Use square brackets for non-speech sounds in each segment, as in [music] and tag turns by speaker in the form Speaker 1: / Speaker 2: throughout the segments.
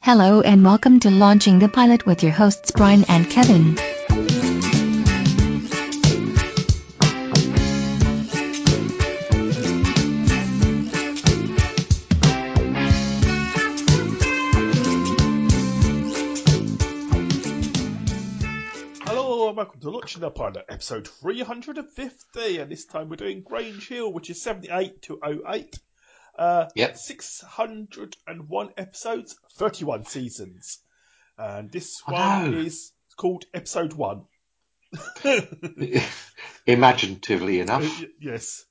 Speaker 1: Hello and welcome to Launching the Pilot with your hosts Brian and Kevin.
Speaker 2: Hello and welcome to Launching the Pilot, episode 350, and this time we're doing Grange Hill, which is 78 to 08. Uh,
Speaker 3: Yep.
Speaker 2: 601 episodes, 31 seasons. And this
Speaker 3: I
Speaker 2: one
Speaker 3: know.
Speaker 2: is called Episode 1.
Speaker 3: [laughs] Imaginatively
Speaker 2: Uh,
Speaker 3: enough.
Speaker 2: y- yes.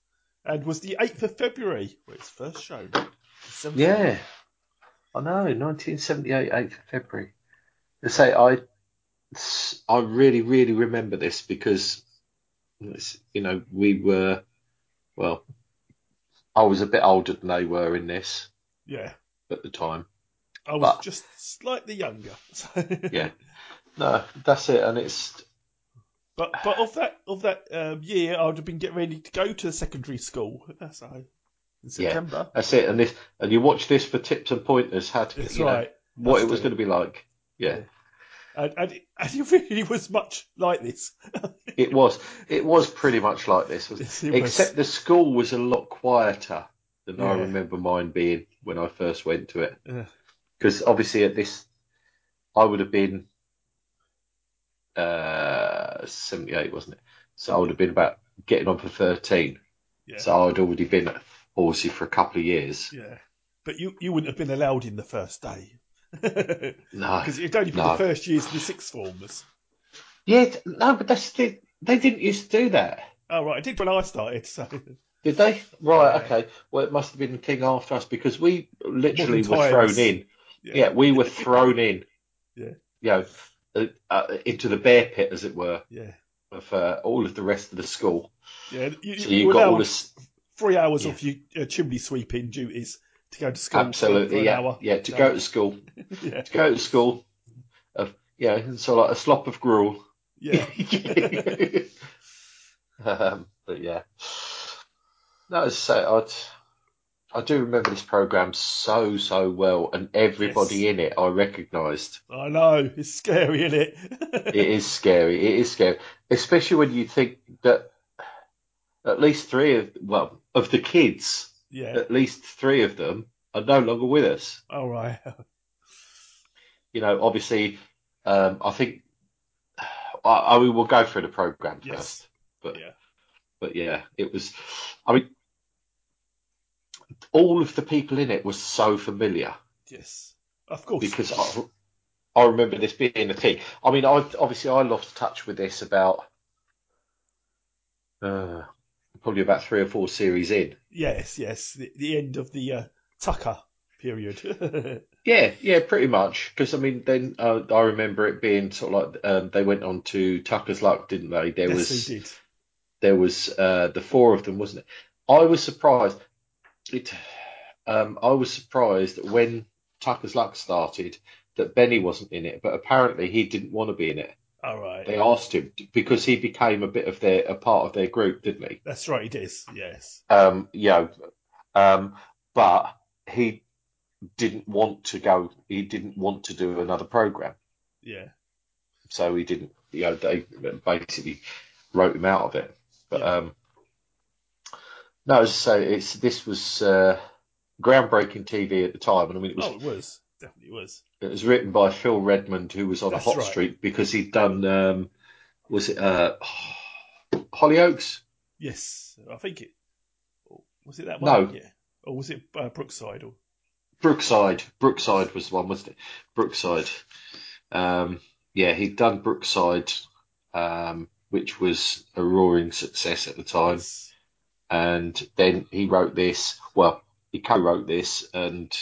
Speaker 2: And was the 8th of February, where it's first shown.
Speaker 3: Yeah. I know, 1978, 8th of February. I say, I, s- I really, really remember this because, it's, you know, we were, well, I was a bit older than they were in this
Speaker 2: Yeah.
Speaker 3: at the time.
Speaker 2: I was
Speaker 3: But-
Speaker 2: just slightly younger. [laughs] So.
Speaker 3: Yeah. No, that's it. And it's,
Speaker 2: But but of that of that um, year, I would have been getting ready to go to secondary school. So in September.
Speaker 3: that's it. And this, and you watch this for tips and pointers, how to,
Speaker 2: That's
Speaker 3: you know,
Speaker 2: right.
Speaker 3: what
Speaker 2: That's
Speaker 3: it was
Speaker 2: it.
Speaker 3: going to be like. Yeah.
Speaker 2: And, and, it- and it really was much like this. [laughs]
Speaker 3: It was. It was pretty much like this, wasn't
Speaker 2: Yes,
Speaker 3: it?
Speaker 2: it was.
Speaker 3: Except the school was a lot quieter than I
Speaker 2: Yeah.
Speaker 3: remember mine being when I first went to it.
Speaker 2: Yeah.
Speaker 3: Because obviously at this, I would have been uh, 78, wasn't it? So I would have been about getting on for 13.
Speaker 2: Yeah.
Speaker 3: So I'd already been at Horsey for a couple of years.
Speaker 2: yeah. But you, you wouldn't have been allowed in the first day. [laughs] Because
Speaker 3: No.
Speaker 2: it'd only be the
Speaker 3: No.
Speaker 2: first years of the sixth formers.
Speaker 3: Yeah, th- no, but that's the, they didn't used to do that.
Speaker 2: Oh, right. I did when I started. So [laughs]
Speaker 3: Did they? Right,
Speaker 2: Yeah.
Speaker 3: okay. Well, it must have been the thing after us because we literally
Speaker 2: Modern times.
Speaker 3: were thrown in. Yeah, we were thrown in.
Speaker 2: Yeah.
Speaker 3: You know, uh, uh, into the bear pit, as it were,
Speaker 2: Yeah.
Speaker 3: of uh, all of the rest of the school.
Speaker 2: Yeah. You,
Speaker 3: So
Speaker 2: you
Speaker 3: you
Speaker 2: were
Speaker 3: got all
Speaker 2: allowed
Speaker 3: this.
Speaker 2: three hours
Speaker 3: Yeah.
Speaker 2: off your uh, chimney sweeping duties to go to school. for- for
Speaker 3: Absolutely,
Speaker 2: an
Speaker 3: yeah, [laughs]
Speaker 2: hour.
Speaker 3: yeah. To
Speaker 2: So,
Speaker 3: go to school,
Speaker 2: Yeah.
Speaker 3: to go to school, of yeah, and so like a slop of gruel.
Speaker 2: Yeah.
Speaker 3: [laughs] um, but yeah, no, as I say, I'd, I do remember this program so so well, and everybody in it I recognised.
Speaker 2: I know. It's scary, isn't it? [laughs]
Speaker 3: It is [laughs] scary. It is scary, especially when you think that at least three of well of the kids,
Speaker 2: yeah.
Speaker 3: at least three of them are no longer with us.
Speaker 2: All right. [laughs]
Speaker 3: You know, obviously, um, I think I, I we will go through the program
Speaker 2: Yes.
Speaker 3: first, but
Speaker 2: Yeah.
Speaker 3: but yeah, it was. I mean, all of the people in it were so familiar.
Speaker 2: Yes. Of course.
Speaker 3: because
Speaker 2: [laughs]
Speaker 3: I, I remember this being a thing. I mean, I obviously I lost touch with this about uh, probably about three or four series in.
Speaker 2: Yes, yes. The, the end of the uh, Tucker period. [laughs]
Speaker 3: Yeah, yeah, pretty much. Because I mean, then uh, I remember it being sort of like um, they went on to Tucker's Luck, didn't they? There
Speaker 2: yes,
Speaker 3: was
Speaker 2: he did.
Speaker 3: there was uh, the four of them, wasn't it? I was surprised. It, um, I was surprised when Tucker's Luck started that Benny wasn't in it, but apparently he didn't want to be in it.
Speaker 2: All right.
Speaker 3: they asked him because he became a bit of their a part of their group, didn't he?
Speaker 2: That's right, it is. Yes.
Speaker 3: Um, you know, um, but he didn't want to go. He didn't want to do another program,
Speaker 2: Yeah.
Speaker 3: so he didn't. You know, they basically wrote him out of it. But
Speaker 2: Yeah.
Speaker 3: um, no, so it's this was uh, groundbreaking TV at the time, and I mean it was
Speaker 2: Oh, it was. Definitely was.
Speaker 3: It was written by Phil Redmond, who was on
Speaker 2: That's
Speaker 3: a hot
Speaker 2: right.
Speaker 3: streak because he'd done, um, was it uh, Hollyoaks?
Speaker 2: Yes. I think it. oh, Was it that
Speaker 3: No.
Speaker 2: one? Yeah. Or was it uh, Brookside? Or...
Speaker 3: Brookside. Brookside was the one, wasn't it? Brookside. Um, yeah, he'd done Brookside, um, which was a roaring success at the time.
Speaker 2: Yes.
Speaker 3: And then he wrote this. Well, he co-wrote this, and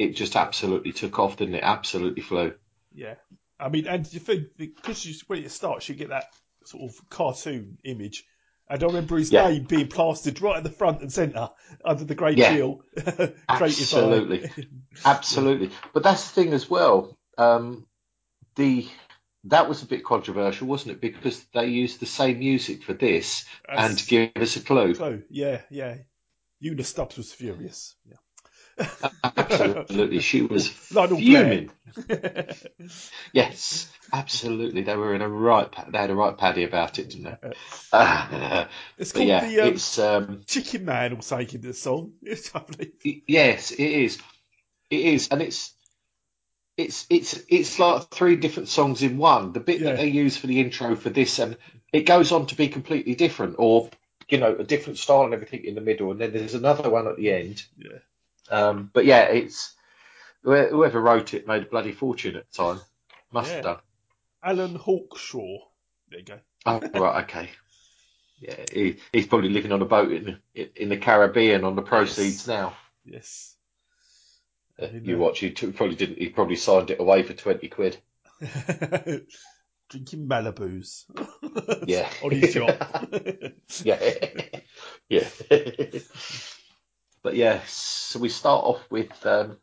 Speaker 3: it just absolutely took off, didn't it? Absolutely flew.
Speaker 2: Yeah. I mean, and you think, because you, when it starts, you get that sort of cartoon image. And I remember his
Speaker 3: Yeah.
Speaker 2: name being plastered right at the front and centre under the Great
Speaker 3: Yeah.
Speaker 2: Deal. [laughs] created by- [laughs]
Speaker 3: Absolutely. Absolutely. But that's the thing as well. Um, the that was a bit controversial, wasn't it? Because they used the same music for this and
Speaker 2: As- [laughs]
Speaker 3: give us a clue.
Speaker 2: Clue. Yeah, yeah. Una Stubbs was furious. Yeah.
Speaker 3: Absolutely. She was
Speaker 2: [laughs] Lionel Blair.
Speaker 3: fuming. Yes, absolutely. They were in a right. pa- They had a right paddy about it, didn't
Speaker 2: [laughs]
Speaker 3: they? [laughs] Ah,
Speaker 2: [laughs] it's
Speaker 3: but
Speaker 2: called
Speaker 3: yeah,
Speaker 2: the um,
Speaker 3: it's um,
Speaker 2: Chicken Man or something in the song. [laughs] It's lovely.
Speaker 3: y- yes, it is. It is, and it's it's it's it's like three different songs in one. The bit
Speaker 2: Yeah.
Speaker 3: that they use for the intro for this, and it goes on to be completely different, or you know, a different style and everything in the middle, and then there's another one at the end.
Speaker 2: Yeah.
Speaker 3: Um, but yeah, it's wh- whoever wrote it made a bloody fortune at the time. Must
Speaker 2: Yeah.
Speaker 3: have done.
Speaker 2: Alan Hawkshaw. There you go.
Speaker 3: Oh, right, okay. Yeah, he, he's probably living on a boat in in the Caribbean on the proceeds now.
Speaker 2: Yes. [laughs]
Speaker 3: Uh,
Speaker 2: In
Speaker 3: You
Speaker 2: the-
Speaker 3: watch, he t- probably didn't. He probably signed it away for
Speaker 2: [laughs]
Speaker 3: twenty quid.
Speaker 2: Drinking Malibu's.
Speaker 3: Yeah.
Speaker 2: On
Speaker 3: [laughs]
Speaker 2: his yacht.
Speaker 3: Yeah, [laughs] yeah. [laughs] but yeah, so we start off with um,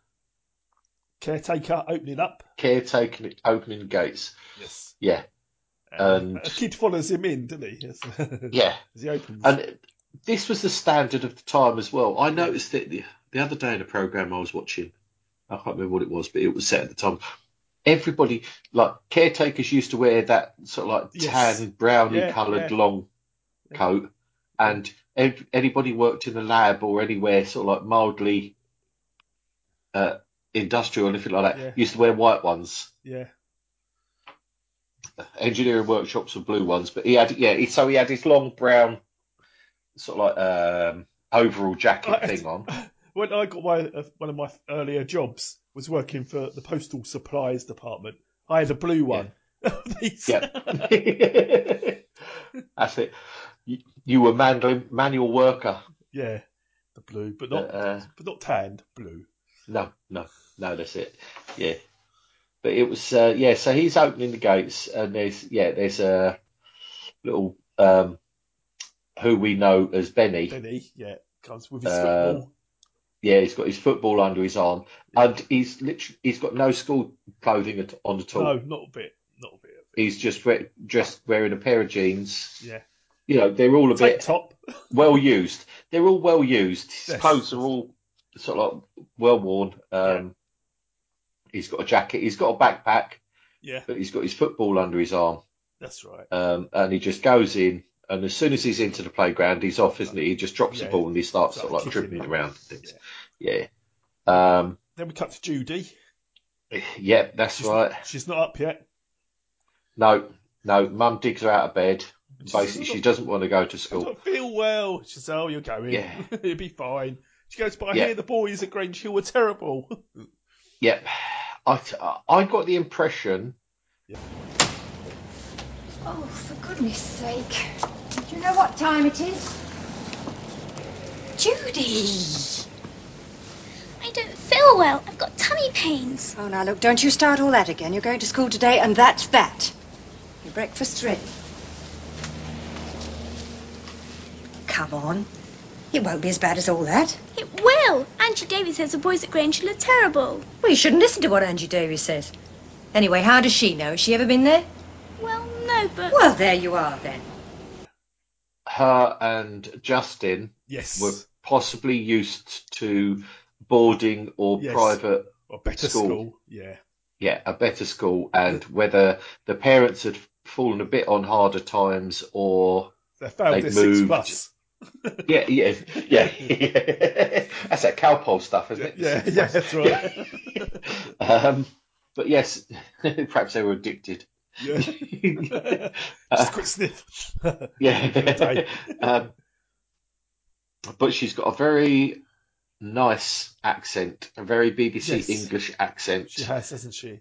Speaker 2: Caretaker opening up.
Speaker 3: caretaking opening gates.
Speaker 2: Yes.
Speaker 3: Yeah,
Speaker 2: And
Speaker 3: And-
Speaker 2: a kid follows him in, doesn't he? Yes. [laughs]
Speaker 3: yeah.
Speaker 2: As he opens.
Speaker 3: And this was the standard of the time as well. I noticed it the, the other day in a program I was watching. I can't remember what it was, but it was set at the time. Everybody, like caretakers, used to wear that sort of like
Speaker 2: Yes.
Speaker 3: tan, browny
Speaker 2: Yeah,
Speaker 3: coloured
Speaker 2: yeah.
Speaker 3: long coat. And ev- anybody worked in the lab or anywhere sort of like mildly uh, industrial or anything like that
Speaker 2: Yeah.
Speaker 3: used to wear white ones.
Speaker 2: yeah.
Speaker 3: engineering workshops were blue ones, but he had yeah, he, so he had his long brown sort of like um, overall jacket
Speaker 2: I-
Speaker 3: thing on. [laughs]
Speaker 2: When I got my uh, one of my earlier jobs was working for the postal supplies department. I had a blue one. [laughs] These-
Speaker 3: Yeah, that's it. You, you were manual manual worker.
Speaker 2: yeah, the blue, but not
Speaker 3: Uh,
Speaker 2: but not tanned blue.
Speaker 3: No, no, no, that's it. Yeah, but it was uh, yeah. So he's opening the gates, and there's yeah, there's a little um, who we know as Benny.
Speaker 2: Benny, yeah, comes with his
Speaker 3: Uh,
Speaker 2: football.
Speaker 3: Yeah, he's got his football under his arm, and he's literally he's got no school clothing at, on at all.
Speaker 2: No, not a bit, not a bit.
Speaker 3: He's just we- dressed wearing a pair of jeans.
Speaker 2: Yeah.
Speaker 3: You know, they're all a
Speaker 2: Tank
Speaker 3: bit
Speaker 2: top.
Speaker 3: well used. They're all well used. His
Speaker 2: Yes.
Speaker 3: clothes are all sort of like well worn. Um, He's got a jacket. He's got a backpack,
Speaker 2: Yeah,
Speaker 3: but he's got his football under his arm,
Speaker 2: that's right.
Speaker 3: um, and he just goes in. And as soon as he's into the playground, he's off, isn't he? He just drops
Speaker 2: Yeah.
Speaker 3: the ball and he starts
Speaker 2: Starts
Speaker 3: sort of like
Speaker 2: kicking
Speaker 3: dribbling
Speaker 2: it.
Speaker 3: around and things. Yeah. Um,
Speaker 2: Then we cut to Judy.
Speaker 3: yep, that's
Speaker 2: She's,
Speaker 3: right.
Speaker 2: She's not up yet.
Speaker 3: No, no. Mum digs her out of bed. Basically, she doesn't want to go to
Speaker 2: I
Speaker 3: school.
Speaker 2: don't feel well. She says, "Oh, you're going.
Speaker 3: Yeah.
Speaker 2: [laughs] You'll be fine." She goes, "But I
Speaker 3: Yeah.
Speaker 2: hear the boys at Grange Hill were terrible." [laughs]
Speaker 3: Yep. I, I got the impression
Speaker 4: Oh, for goodness sake. Do you know what time it is?
Speaker 5: Judy! I don't feel well. I've got tummy pains.
Speaker 4: Oh, now look, don't you start all that again. You're going to school today, and that's that. Your breakfast's ready. Come on. It won't be as bad as all that.
Speaker 5: It will. Auntie Davy says the boys at Grange Hill are terrible.
Speaker 4: Well, you shouldn't listen to what Angie Davies says. Anyway, how does she know? Has she ever been there?
Speaker 5: Well, no, but
Speaker 4: Well, there you are then.
Speaker 3: her and Justin
Speaker 2: yes.
Speaker 3: were possibly used to boarding or
Speaker 2: Yes.
Speaker 3: private,
Speaker 2: Or better
Speaker 3: School.
Speaker 2: school. Yeah.
Speaker 3: yeah, a better school, and whether the parents had fallen a bit on harder times or
Speaker 2: [laughs] They failed
Speaker 3: They'd
Speaker 2: their
Speaker 3: moved.
Speaker 2: six
Speaker 3: [laughs]
Speaker 2: plus.
Speaker 3: yeah, yeah,
Speaker 2: [laughs]
Speaker 3: yeah, [laughs] that's that cowpole stuff, isn't it?
Speaker 2: Yeah, yeah, that's right.
Speaker 3: [laughs] Um, but yes, [laughs] perhaps they were addicted. [laughs]
Speaker 2: yeah. [laughs] Just a quick sniff. [laughs]
Speaker 3: Yeah.
Speaker 2: day.
Speaker 3: [laughs] um, but she's got a very nice accent, a very BBC
Speaker 2: Yes.
Speaker 3: English accent.
Speaker 2: she has, hasn't she?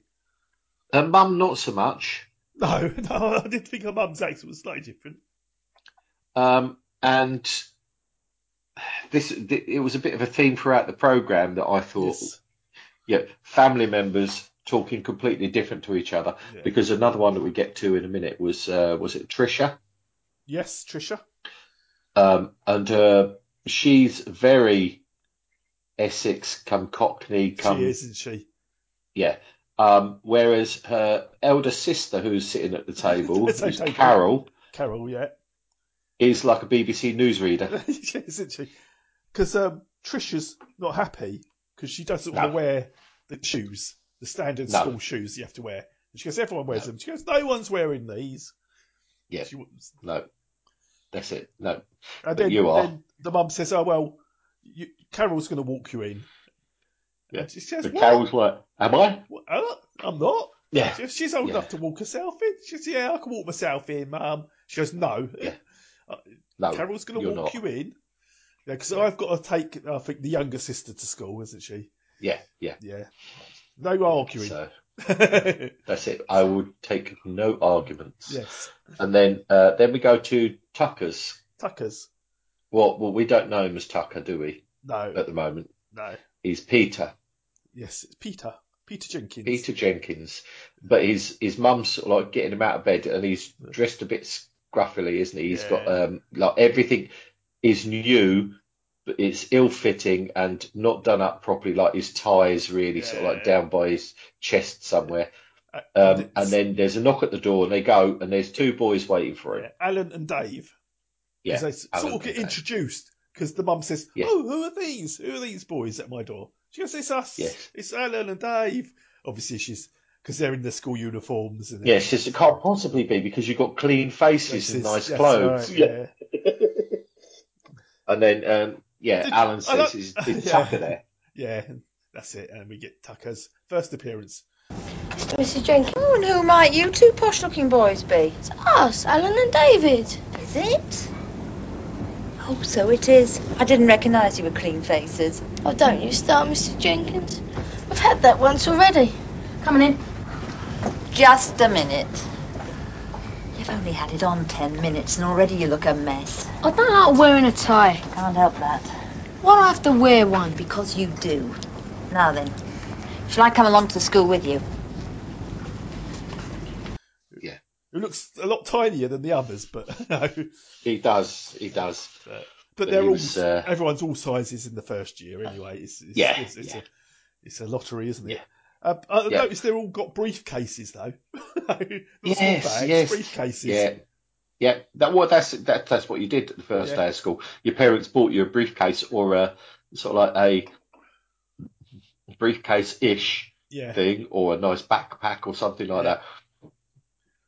Speaker 3: Her mum, not so much.
Speaker 2: No, [laughs] no, I didn't think her mum's accent was slightly different.
Speaker 3: Um, and this, th- it was a bit of a theme throughout the programme that I thought,
Speaker 2: Yes.
Speaker 3: yeah, family members talking completely different to each other.
Speaker 2: Yeah.
Speaker 3: Because another one that we get to in a minute was, uh, was it Trisha?
Speaker 2: Yes, Trisha.
Speaker 3: Um, and uh, she's very Essex, come Cockney, come
Speaker 2: She is, isn't she?
Speaker 3: yeah. Um, whereas her elder sister, who's sitting at the table,
Speaker 2: [laughs] It's
Speaker 3: who's
Speaker 2: okay.
Speaker 3: Carol,
Speaker 2: Carol, yeah. [laughs]
Speaker 3: is like a BBC newsreader.
Speaker 2: isn't she? Because um, Trisha's not happy because she doesn't
Speaker 3: No.
Speaker 2: want to wear the shoes, the standard
Speaker 3: No.
Speaker 2: school shoes you have to wear. And she goes, everyone wears them. She goes, no one's wearing these.
Speaker 3: Yeah.
Speaker 2: She wants-
Speaker 3: No, that's it. No,
Speaker 2: and
Speaker 3: But
Speaker 2: then,
Speaker 3: you are.
Speaker 2: then the mum says, oh, well, you, Carol's going to walk you in.
Speaker 3: Yeah.
Speaker 2: And she says,
Speaker 3: but
Speaker 2: what?
Speaker 3: Carol's like, am I?
Speaker 2: What? Huh? I'm not.
Speaker 3: Yeah,
Speaker 2: She- She's old
Speaker 3: Yeah.
Speaker 2: enough to walk herself in. She says, yeah, I can walk myself in, mum. She goes, no.
Speaker 3: Yeah. no,
Speaker 2: Carol's going to
Speaker 3: you're
Speaker 2: walk
Speaker 3: not.
Speaker 2: you in. Yeah, because I've got to take, I think, the younger sister to school, isn't she?
Speaker 3: yeah, yeah.
Speaker 2: Yeah. No arguing. [laughs]
Speaker 3: So that's it. I will take no arguments.
Speaker 2: yes.
Speaker 3: And then, uh, then we go to Tucker's.
Speaker 2: Tuckers.
Speaker 3: Well, well, we don't know him as Tucker, do we?
Speaker 2: No.
Speaker 3: At the moment,
Speaker 2: no.
Speaker 3: he's Peter,
Speaker 2: Yes, it's Peter. Peter Jenkins.
Speaker 3: Peter Jenkins. But his his mum's sort of like getting him out of bed, and he's dressed a bit scruffily, isn't he? He's got
Speaker 2: Yeah.
Speaker 3: um like everything is new, but it's ill fitting and not done up properly. Like his tie is really sort of like
Speaker 2: Yeah.
Speaker 3: down by his chest somewhere.
Speaker 2: Uh,
Speaker 3: Um,
Speaker 2: it's-
Speaker 3: and then there's a knock at the door, and they go, and there's two boys waiting for him.
Speaker 2: yeah, Alan and Dave.
Speaker 3: Yeah,
Speaker 2: Because they s-
Speaker 3: Alan
Speaker 2: sort of get
Speaker 3: and Dave.
Speaker 2: introduced because the mum says,
Speaker 3: Yeah.
Speaker 2: "Oh, who are these? Who are these boys at my door?" She goes, "It's us.
Speaker 3: Yes.
Speaker 2: It's Alan and Dave." Obviously, she's because they're in their school uniforms and
Speaker 3: Yeah, it's just it can't possibly be because you've got clean faces and
Speaker 2: Dresses.
Speaker 3: nice
Speaker 2: Yes,
Speaker 3: clothes.
Speaker 2: right,
Speaker 3: yeah. And then, um, yeah,
Speaker 2: Did-
Speaker 3: Alan
Speaker 2: I like-
Speaker 3: says, "Is,
Speaker 2: [laughs]
Speaker 3: is
Speaker 2: Yeah.
Speaker 3: Tucker there?"
Speaker 2: yeah, yeah. That's it, and we get Tucker's first appearance.
Speaker 6: Mr. Mrs. Jenkins. Oh, and who might you two posh looking boys be?
Speaker 5: It's us, Alan and David.
Speaker 6: Is it? Oh, so it is. I didn't recognise you with clean faces.
Speaker 5: Oh, don't you start, Mr. Jenkins. We've had that once already. Coming in.
Speaker 6: Just a minute. You've only had it on ten minutes and already you look a mess.
Speaker 7: I don't like Oh, wearing a tie.
Speaker 6: I can't help that.
Speaker 7: Why do I have to wear one?
Speaker 6: Because you do. Now then, shall I come along to the school with you?
Speaker 2: Who looks a lot tinier than the others, but [laughs] no.
Speaker 3: He does. He does.
Speaker 2: But
Speaker 3: But
Speaker 2: they're
Speaker 3: he
Speaker 2: all
Speaker 3: was, uh,
Speaker 2: everyone's all sizes in the first year anyway. It's, it's,
Speaker 3: Yeah,
Speaker 2: it's, it's
Speaker 3: yeah.
Speaker 2: a it's a lottery, isn't it?
Speaker 3: Yeah.
Speaker 2: Uh, I
Speaker 3: Yeah.
Speaker 2: noticed they've all got briefcases though. [laughs] Not school
Speaker 3: Yes,
Speaker 2: bags,
Speaker 3: yes.
Speaker 2: briefcases.
Speaker 3: Yeah, yeah. That well, that's that, that's what you did the first
Speaker 2: Yeah.
Speaker 3: day of school. Your parents bought you a briefcase or a sort of like a briefcase-ish
Speaker 2: Yeah.
Speaker 3: thing, or a nice backpack or something like
Speaker 2: Yeah.
Speaker 3: that.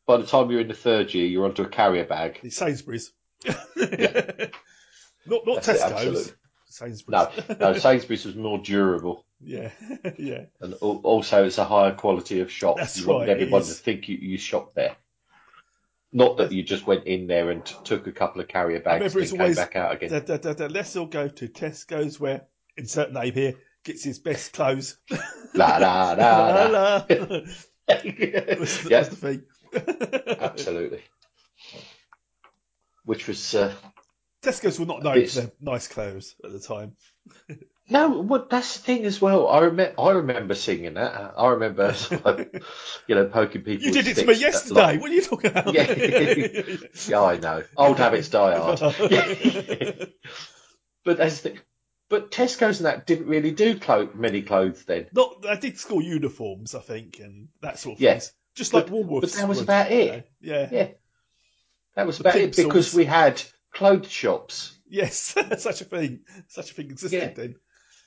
Speaker 3: By the time you're in the third year, you're onto a carrier bag.
Speaker 2: It's Sainsbury's. [laughs] Not not
Speaker 3: That's it,
Speaker 2: Tesco's.
Speaker 3: absolutely. No,
Speaker 2: Sainsbury's.
Speaker 3: no. Sainsbury's was more durable.
Speaker 2: [laughs] yeah. [laughs] yeah.
Speaker 3: And al- also, it's a higher quality of shop.
Speaker 2: That's
Speaker 3: you want
Speaker 2: right, it
Speaker 3: everyone to
Speaker 2: is.
Speaker 3: think you, you shop there. Not that you just went in there and t- took a couple of carrier bags
Speaker 2: Remember,
Speaker 3: and
Speaker 2: it's
Speaker 3: came
Speaker 2: always-
Speaker 3: back out again.
Speaker 2: Da, da, da, da. Let's all go to Tesco's where insert name here gets his best clothes.
Speaker 3: [laughs] La la
Speaker 2: La,
Speaker 3: la la.
Speaker 2: la.
Speaker 3: [laughs]
Speaker 2: [laughs] That's the,
Speaker 3: yeah,
Speaker 2: that's the thing. [laughs]
Speaker 3: absolutely. Which was uh,
Speaker 2: Tesco's were not known
Speaker 3: It's-
Speaker 2: for their nice clothes at the time.
Speaker 3: no. What that's the thing as well. I remember. I remember singing that. I remember, [laughs] you know, poking people.
Speaker 2: You
Speaker 3: with
Speaker 2: did it to me
Speaker 3: sticks, that
Speaker 2: yesterday.
Speaker 3: lot.
Speaker 2: What are you talking about? [laughs]
Speaker 3: Yeah. Yeah, I know. Old habits die hard. [laughs]
Speaker 2: [laughs]
Speaker 3: But that's the, but Tesco's and that didn't really do clo- many clothes then.
Speaker 2: Not, I did school uniforms, I think, and that sort of
Speaker 3: Yeah.
Speaker 2: things. Just like
Speaker 3: But-
Speaker 2: Woolworths.
Speaker 3: but that was
Speaker 2: would,
Speaker 3: about it.
Speaker 2: you know. Yeah.
Speaker 3: Yeah. That was
Speaker 2: The
Speaker 3: about it
Speaker 2: pimp sauce.
Speaker 3: because we had clothes shops.
Speaker 2: Yes. [laughs] Such a thing. Such a thing existed
Speaker 3: Yeah. Uh,
Speaker 2: then.
Speaker 3: I,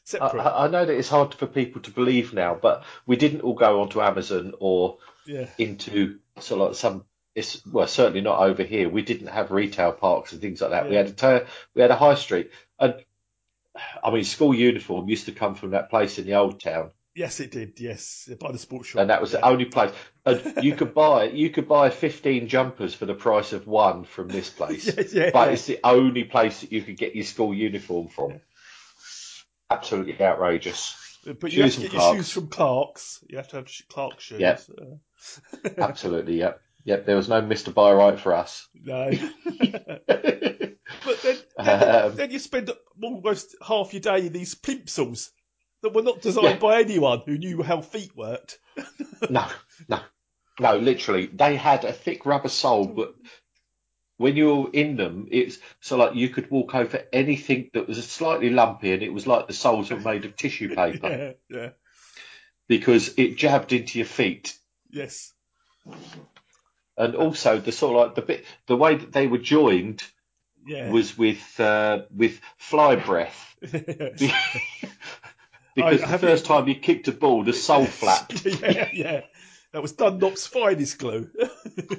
Speaker 2: Separate.
Speaker 3: I I know that it's hard for people to believe now, but we didn't all go onto Amazon or
Speaker 2: yeah.
Speaker 3: into sort of like some. It's, well, certainly not over here. We didn't have retail parks and things like that. We
Speaker 2: Yeah.
Speaker 3: had a ter- we had a high street, and I mean, school uniform used to come from that place in the old town.
Speaker 2: Yes, it did. Yes. By the sports shop.
Speaker 3: and that was
Speaker 2: yeah.
Speaker 3: the only place. And you could buy you could buy fifteen jumpers for the price of one from this place,
Speaker 2: [laughs] Yeah, [laughs] yeah,
Speaker 3: but
Speaker 2: yeah.
Speaker 3: it's the only place that you could get your school uniform from. Absolutely outrageous,
Speaker 2: But you have to
Speaker 3: shoes from
Speaker 2: get your
Speaker 3: Clarks.
Speaker 2: shoes from Clark's. You have to have sh- Clark's shoes.
Speaker 3: Yeah.
Speaker 2: Uh,
Speaker 3: absolutely. Yep, yep. There was no Mister Buy Right for
Speaker 2: [laughs]
Speaker 3: us. [laughs]
Speaker 2: No. but then, then,
Speaker 3: Um,
Speaker 2: then you spend almost half your day in these plimsolls that were not designed by anyone who knew how feet worked.
Speaker 3: [laughs] No, no, no. Literally, they had a thick rubber sole,
Speaker 2: Hmm.
Speaker 3: but when you're in them, it's so like you could walk over anything that was slightly lumpy, and it was like the soles were made
Speaker 2: [laughs]
Speaker 3: of tissue paper.
Speaker 2: Yeah, yeah,
Speaker 3: because it jabbed into your feet.
Speaker 2: yes.
Speaker 3: And also the sort of like the bit, the way that they were joined
Speaker 2: [laughs] Yeah. [laughs]
Speaker 3: was with uh, with fly breath. Because
Speaker 2: I-
Speaker 3: the
Speaker 2: have
Speaker 3: first
Speaker 2: you-
Speaker 3: time you kicked a ball, the sole flap.
Speaker 2: [laughs] yeah, yeah. That was Dunlop's finest glue. [laughs]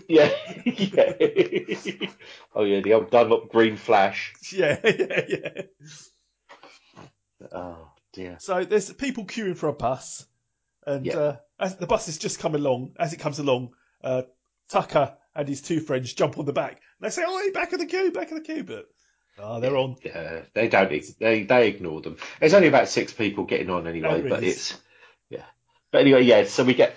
Speaker 3: Yeah, [laughs] yeah. oh yeah, the old Dunlop green flash.
Speaker 2: yeah, yeah, yeah.
Speaker 3: Oh dear.
Speaker 2: So there's people queuing for a bus, and
Speaker 3: Yeah.
Speaker 2: uh, as the bus has just come along, as it comes along, uh, Tucker and his two friends jump on the back. And they say, "Oh, hey, back of the queue, back of the queue!" But ah, they're on.
Speaker 3: Yeah, they don't. ex- They they ignore them. There's only about six people getting on anyway,
Speaker 2: There
Speaker 3: but
Speaker 2: is.
Speaker 3: it's yeah. But anyway, yeah. So we get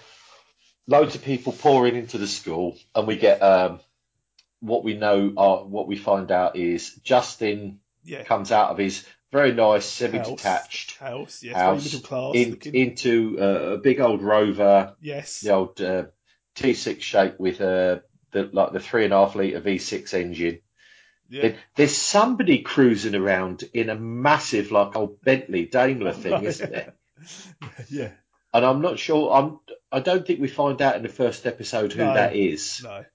Speaker 3: loads of people pouring into the school, and we get um, what we know are what we find out is Justin
Speaker 2: Yeah,
Speaker 3: comes out of his very nice semi-detached
Speaker 2: house, yes, very
Speaker 3: house,
Speaker 2: middle class
Speaker 3: in,
Speaker 2: looking.
Speaker 3: into uh, a big old Rover.
Speaker 2: yes,
Speaker 3: the old uh, T6 shape with uh, the like the three and a half liter V6 engine.
Speaker 2: yeah.
Speaker 3: There- There's somebody cruising around in a massive like old
Speaker 2: [laughs]
Speaker 3: Bentley Daimler thing, isn't there?
Speaker 2: [laughs] yeah,
Speaker 3: And I'm not sure. I'm I don't think we find out in the first episode who
Speaker 2: No.
Speaker 3: that is.
Speaker 2: no,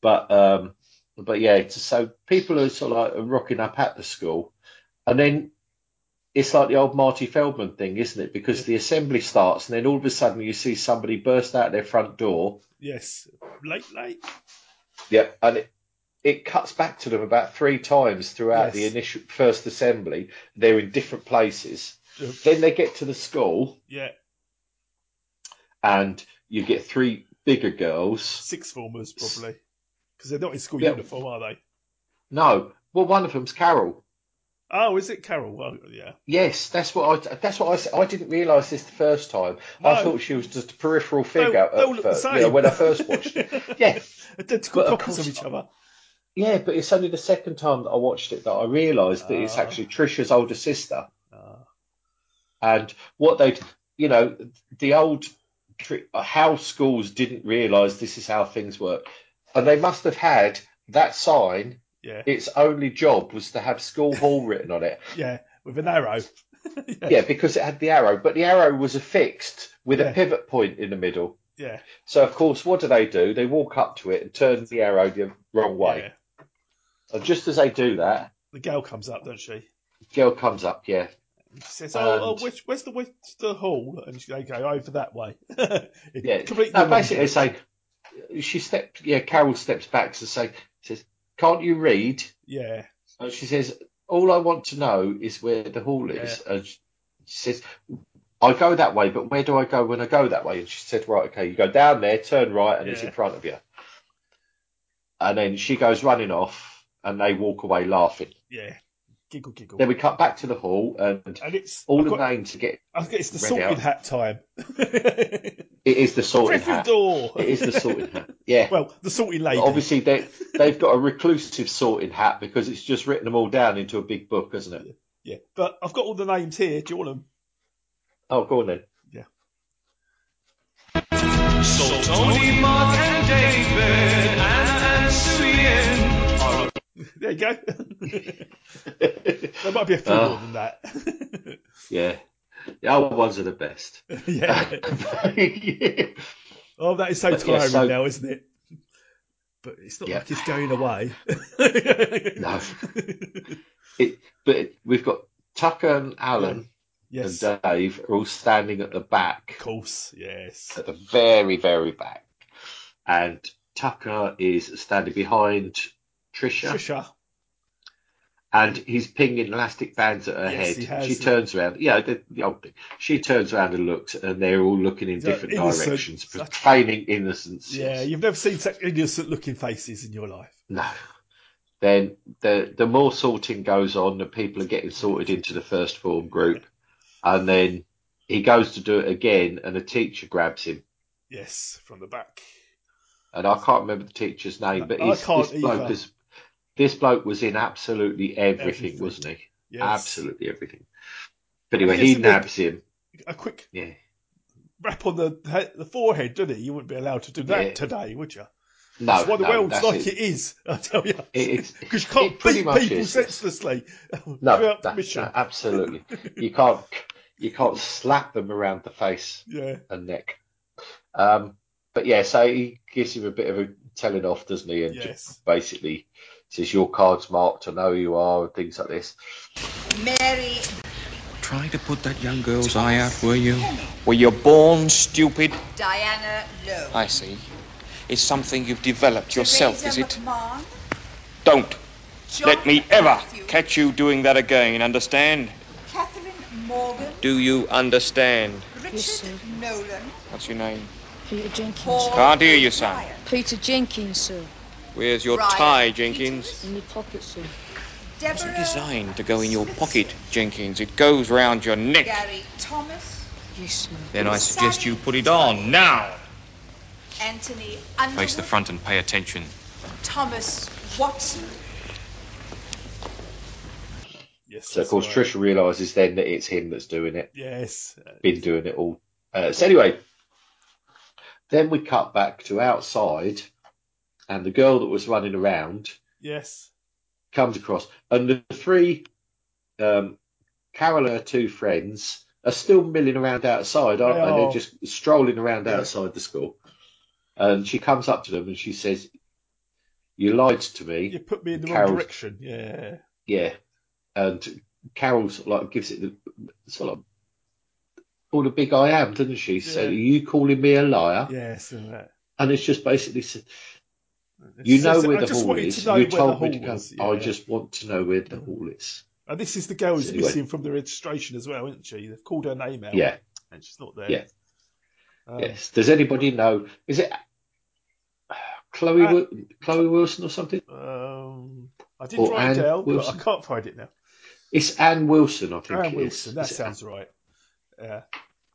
Speaker 3: But um, but yeah, it's- so people are sort of like rocking up at the school, and then. It's like the old Marty Feldman thing, isn't it? Because the assembly starts, and then all of a sudden you see somebody burst out their front door,
Speaker 2: yes, late, late.
Speaker 3: Yeah, and it, it cuts back to them about three times throughout the
Speaker 2: Yes.
Speaker 3: initial first assembly. They're in different places.
Speaker 2: Yep.
Speaker 3: Then they get to the school,
Speaker 2: Yeah,
Speaker 3: and you get three bigger girls.
Speaker 2: six formers probably because they're not in school
Speaker 3: Yeah.
Speaker 2: uniform, are they?
Speaker 3: No, well, one of them's Carol.
Speaker 2: Oh, is it Carol? Well, yeah,
Speaker 3: Yes, that's what I. That's what I. said. I didn't realise this the first time. I
Speaker 2: No.
Speaker 3: thought she was just a peripheral
Speaker 2: They
Speaker 3: figure
Speaker 2: all- they all
Speaker 3: at
Speaker 2: look
Speaker 3: first,
Speaker 2: the
Speaker 3: you know,
Speaker 2: same.
Speaker 3: when I
Speaker 2: [laughs]
Speaker 3: first watched it. Yeah,
Speaker 2: Identical
Speaker 3: But of
Speaker 2: copies of
Speaker 3: course-
Speaker 2: each other.
Speaker 3: yeah, but it's only the second time that I watched it that I realised that it's
Speaker 2: Ah.
Speaker 3: actually Trisha's older sister.
Speaker 2: Ah,
Speaker 3: and what they you know the old tri- how schools didn't realize this is how things work and they must have had that sign
Speaker 2: yeah,
Speaker 3: its only job was to
Speaker 2: [laughs]
Speaker 3: have school hall written on it
Speaker 2: yeah, with an arrow. yeah,
Speaker 3: yeah because it had the arrow but the arrow was affixed with
Speaker 2: Yeah.
Speaker 3: a pivot point in the middle
Speaker 2: yeah,
Speaker 3: so of course what do they do they walk up to it and turn the arrow the wrong way
Speaker 2: yeah.
Speaker 3: and just as they do that
Speaker 2: The girl comes up, doesn't she?
Speaker 3: girl comes up yeah
Speaker 2: She says, "Oh, oh
Speaker 3: And-
Speaker 2: which, where's the where's the hall?" And she, they go over that way. [laughs]
Speaker 3: Yeah,
Speaker 2: completely
Speaker 3: no,
Speaker 2: wrong.
Speaker 3: basically say she stepped. Yeah, Carol steps back to say, says, "Can't you read?"
Speaker 2: Yeah,
Speaker 3: And she says, "All I want to know is where the hall is." And she says, "I go that way, but where do I go when I go that way?" And she said, "Right, okay, you go down there, turn right, and it's
Speaker 2: Yeah.
Speaker 3: in front of you." And then she goes running off, and they walk away laughing.
Speaker 2: yeah. Giggle, giggle.
Speaker 3: Then we cut back to the hall, and
Speaker 2: and it's
Speaker 3: all
Speaker 2: I've
Speaker 3: the
Speaker 2: got,
Speaker 3: names are get.
Speaker 2: I think it's the
Speaker 3: read
Speaker 2: sorting
Speaker 3: out.
Speaker 2: hat time. [laughs]
Speaker 3: It is the sorting hat.
Speaker 2: Gryffindor.
Speaker 3: It is the sorting
Speaker 2: [laughs]
Speaker 3: hat. Yeah.
Speaker 2: well, the sorting lady.
Speaker 3: Obviously, they they've got a reclusive sorting hat because it's just written them all down into a big book, hasn't it?
Speaker 2: Yeah, but I've got all the names here. Do you want them?
Speaker 3: Oh, go on then.
Speaker 8: So Tony, Mark, and David, Anna, and Susie Ann.
Speaker 2: There you go. [laughs]
Speaker 3: [laughs]
Speaker 2: there might be a few
Speaker 3: Oh.
Speaker 2: more than that. [laughs]
Speaker 3: Yeah, the old ones are the best. [laughs]
Speaker 2: yeah. Oh, that is so
Speaker 3: But, yeah,
Speaker 2: tiring
Speaker 3: so-
Speaker 2: now, isn't it? But it's not
Speaker 3: Yeah.
Speaker 2: like it's going away.
Speaker 3: [laughs] No. It, [laughs] but we've got Tucker and Alan
Speaker 2: [laughs] Yes.
Speaker 3: and uh, Dave are all standing at the back,
Speaker 2: of course. Yes.
Speaker 3: at the very, very back, and Tucker is standing behind Trisha,
Speaker 2: Trisha.
Speaker 3: and he's pinging elastic bands at her
Speaker 2: Yes, he
Speaker 3: head.
Speaker 2: has.
Speaker 3: she turns around. Yeah, the, the old thing. She turns around and looks, and they're all looking in
Speaker 2: Yeah,
Speaker 3: different
Speaker 2: innocent.
Speaker 3: directions,
Speaker 2: Such-
Speaker 3: feigning innocence.
Speaker 2: Yeah, you've never seen such innocent looking faces in your life.
Speaker 3: No. Then the the more sorting goes on, the people are getting sorted into the first form group, and then he goes to do it again, and a teacher grabs him,
Speaker 2: Yes, from the back.
Speaker 3: and I can't remember the teacher's name, but
Speaker 2: I
Speaker 3: he's,
Speaker 2: can't
Speaker 3: this bloke
Speaker 2: either.
Speaker 3: is this bloke was in absolutely everything,
Speaker 2: Everything.
Speaker 3: wasn't he?
Speaker 2: Yes.
Speaker 3: Absolutely everything. But
Speaker 2: I
Speaker 3: anyway,
Speaker 2: think
Speaker 3: he
Speaker 2: it's a bit-
Speaker 3: nabs him.
Speaker 2: A quick
Speaker 3: Yeah.
Speaker 2: rap on the he- the forehead, didn't he? You wouldn't be allowed to do that
Speaker 3: Yeah.
Speaker 2: today, would you?
Speaker 3: No,
Speaker 2: that's why the
Speaker 3: no,
Speaker 2: world's
Speaker 3: that's
Speaker 2: like
Speaker 3: it.
Speaker 2: it is. [laughs] I tell you,
Speaker 3: it's-
Speaker 2: because you can't
Speaker 3: it pretty
Speaker 2: beat
Speaker 3: much
Speaker 2: people
Speaker 3: is, yes.
Speaker 2: senselessly
Speaker 3: No,
Speaker 2: without
Speaker 3: that-
Speaker 2: permission.
Speaker 3: no, absolutely. You can't you can't slap them around the face.
Speaker 2: Yeah,
Speaker 3: and Nick. Um, but yeah, so he gives him a bit of a telling off, doesn't he? And
Speaker 2: Yes.
Speaker 3: just basically says, Your card's marked, I know who you are, and things like this.
Speaker 6: Mary
Speaker 9: trying to put that young girl's eye out, were you? Were you born stupid?
Speaker 6: Diana Lowe.
Speaker 9: I see. It's something you've developed yourself, is
Speaker 6: Teresa
Speaker 9: it?
Speaker 6: McMahon,
Speaker 9: Don't
Speaker 6: John
Speaker 9: let me ever
Speaker 6: Matthews,
Speaker 9: catch you doing that again, understand?
Speaker 6: Catherine Morgan,
Speaker 9: Do you understand?
Speaker 6: Richard Nolan,
Speaker 9: What's your name?
Speaker 7: Peter Jenkins.
Speaker 6: Paul.
Speaker 9: Can't hear you, son.
Speaker 6: Ryan,
Speaker 7: Peter Jenkins, sir.
Speaker 9: Where's your
Speaker 6: Ryan
Speaker 9: tie, Jenkins?
Speaker 6: Peters,
Speaker 7: In your pocket, sir.
Speaker 9: It's
Speaker 6: Deborah.
Speaker 9: designed to go in your pocket, Jenkins. It goes round your neck.
Speaker 6: Gary Thomas,
Speaker 7: Yes, sir.
Speaker 9: Then I suggest you put it on now.
Speaker 6: Anthony Underwood,
Speaker 9: Face the front and pay attention.
Speaker 6: Thomas Watson.
Speaker 2: Yes.
Speaker 3: So, of
Speaker 2: that's
Speaker 3: course,
Speaker 2: right.
Speaker 3: Trisha realizes then that it's him that's doing it.
Speaker 2: Yes.
Speaker 3: been doing it all. Uh, so anyway, then we cut back to outside, and the girl that was running around
Speaker 2: Yes.
Speaker 3: comes across, and the three, um, Carol and her two friends are still milling around outside, aren't
Speaker 2: They
Speaker 3: they? They're
Speaker 2: are.
Speaker 3: just strolling around
Speaker 2: Yeah.
Speaker 3: outside the school, and she comes up to them and she says, "You lied to me."
Speaker 2: You put me in the
Speaker 3: Carol's-
Speaker 2: wrong direction. Yeah.
Speaker 3: Yeah, and Carol sort of like gives it the sort of all the big I am, doesn't she? So
Speaker 2: Yeah.
Speaker 3: are you calling me a liar?
Speaker 2: Yes. And that.
Speaker 3: And it's just basically said,
Speaker 2: It's
Speaker 3: you
Speaker 2: just-
Speaker 3: know where
Speaker 2: I
Speaker 3: the
Speaker 2: just
Speaker 3: hall
Speaker 2: wanted
Speaker 3: is.
Speaker 2: to know
Speaker 3: you
Speaker 2: where the
Speaker 3: told me
Speaker 2: hall
Speaker 3: to come.
Speaker 2: was.
Speaker 3: I
Speaker 2: yeah.
Speaker 3: just want to know where the hall is.
Speaker 2: And this is the girl who's
Speaker 3: Anyway.
Speaker 2: missing from the registration as well, isn't she? They've called her name out.
Speaker 3: Yeah.
Speaker 2: And she's not there.
Speaker 3: Yeah.
Speaker 2: Um,
Speaker 3: yes. Does anybody know? Is it Chloe
Speaker 2: Uh,
Speaker 3: Wil Chloe Wilson or something?
Speaker 2: Um, I did
Speaker 3: Or
Speaker 2: write it
Speaker 3: Anne
Speaker 2: down,
Speaker 3: Wilson.
Speaker 2: but I can't find it now.
Speaker 3: It's Anne Wilson, I think.
Speaker 2: Anne
Speaker 3: it is.
Speaker 2: Wilson, that
Speaker 3: Is it
Speaker 2: sounds right. Yeah.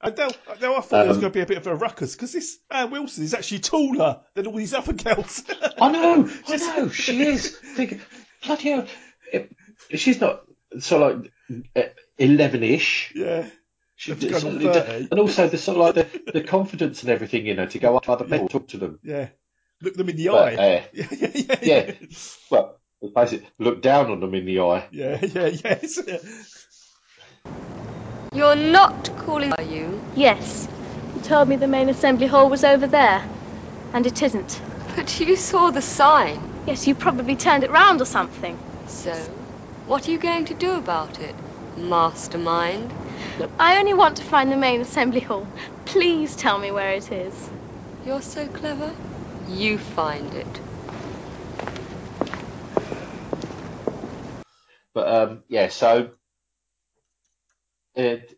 Speaker 2: And now, now I thought there was
Speaker 3: Um,
Speaker 2: going to be a bit of a ruckus because this Anne Wilson is actually taller than all these other girls. [laughs]
Speaker 3: I know, I know, she is. Think, bloody hell, It- she's not sort of like eh, eleven-ish.
Speaker 2: yeah.
Speaker 3: She,
Speaker 2: They've gone
Speaker 3: and
Speaker 2: on 30.
Speaker 3: also the sort of like the, the confidence and everything in her to go up to other people, talk to them.
Speaker 2: Yeah. Look them in the
Speaker 3: But,
Speaker 2: eye.
Speaker 3: uh,
Speaker 2: [laughs] yeah, yeah, yeah, [laughs]
Speaker 3: yeah. well, basically, look down on them in the eye.
Speaker 2: yeah, yeah, yes.
Speaker 10: You're not calling, are you?
Speaker 11: Yes. You told me the main assembly hall was over there. And it isn't.
Speaker 10: But you saw the sign.
Speaker 11: Yes, you probably turned it round or something.
Speaker 10: So, what are you going to do about it, mastermind?
Speaker 11: I only want to find the main assembly hall. Please tell me where it is.
Speaker 10: You're so clever. You find it.
Speaker 3: But um, yeah, so it,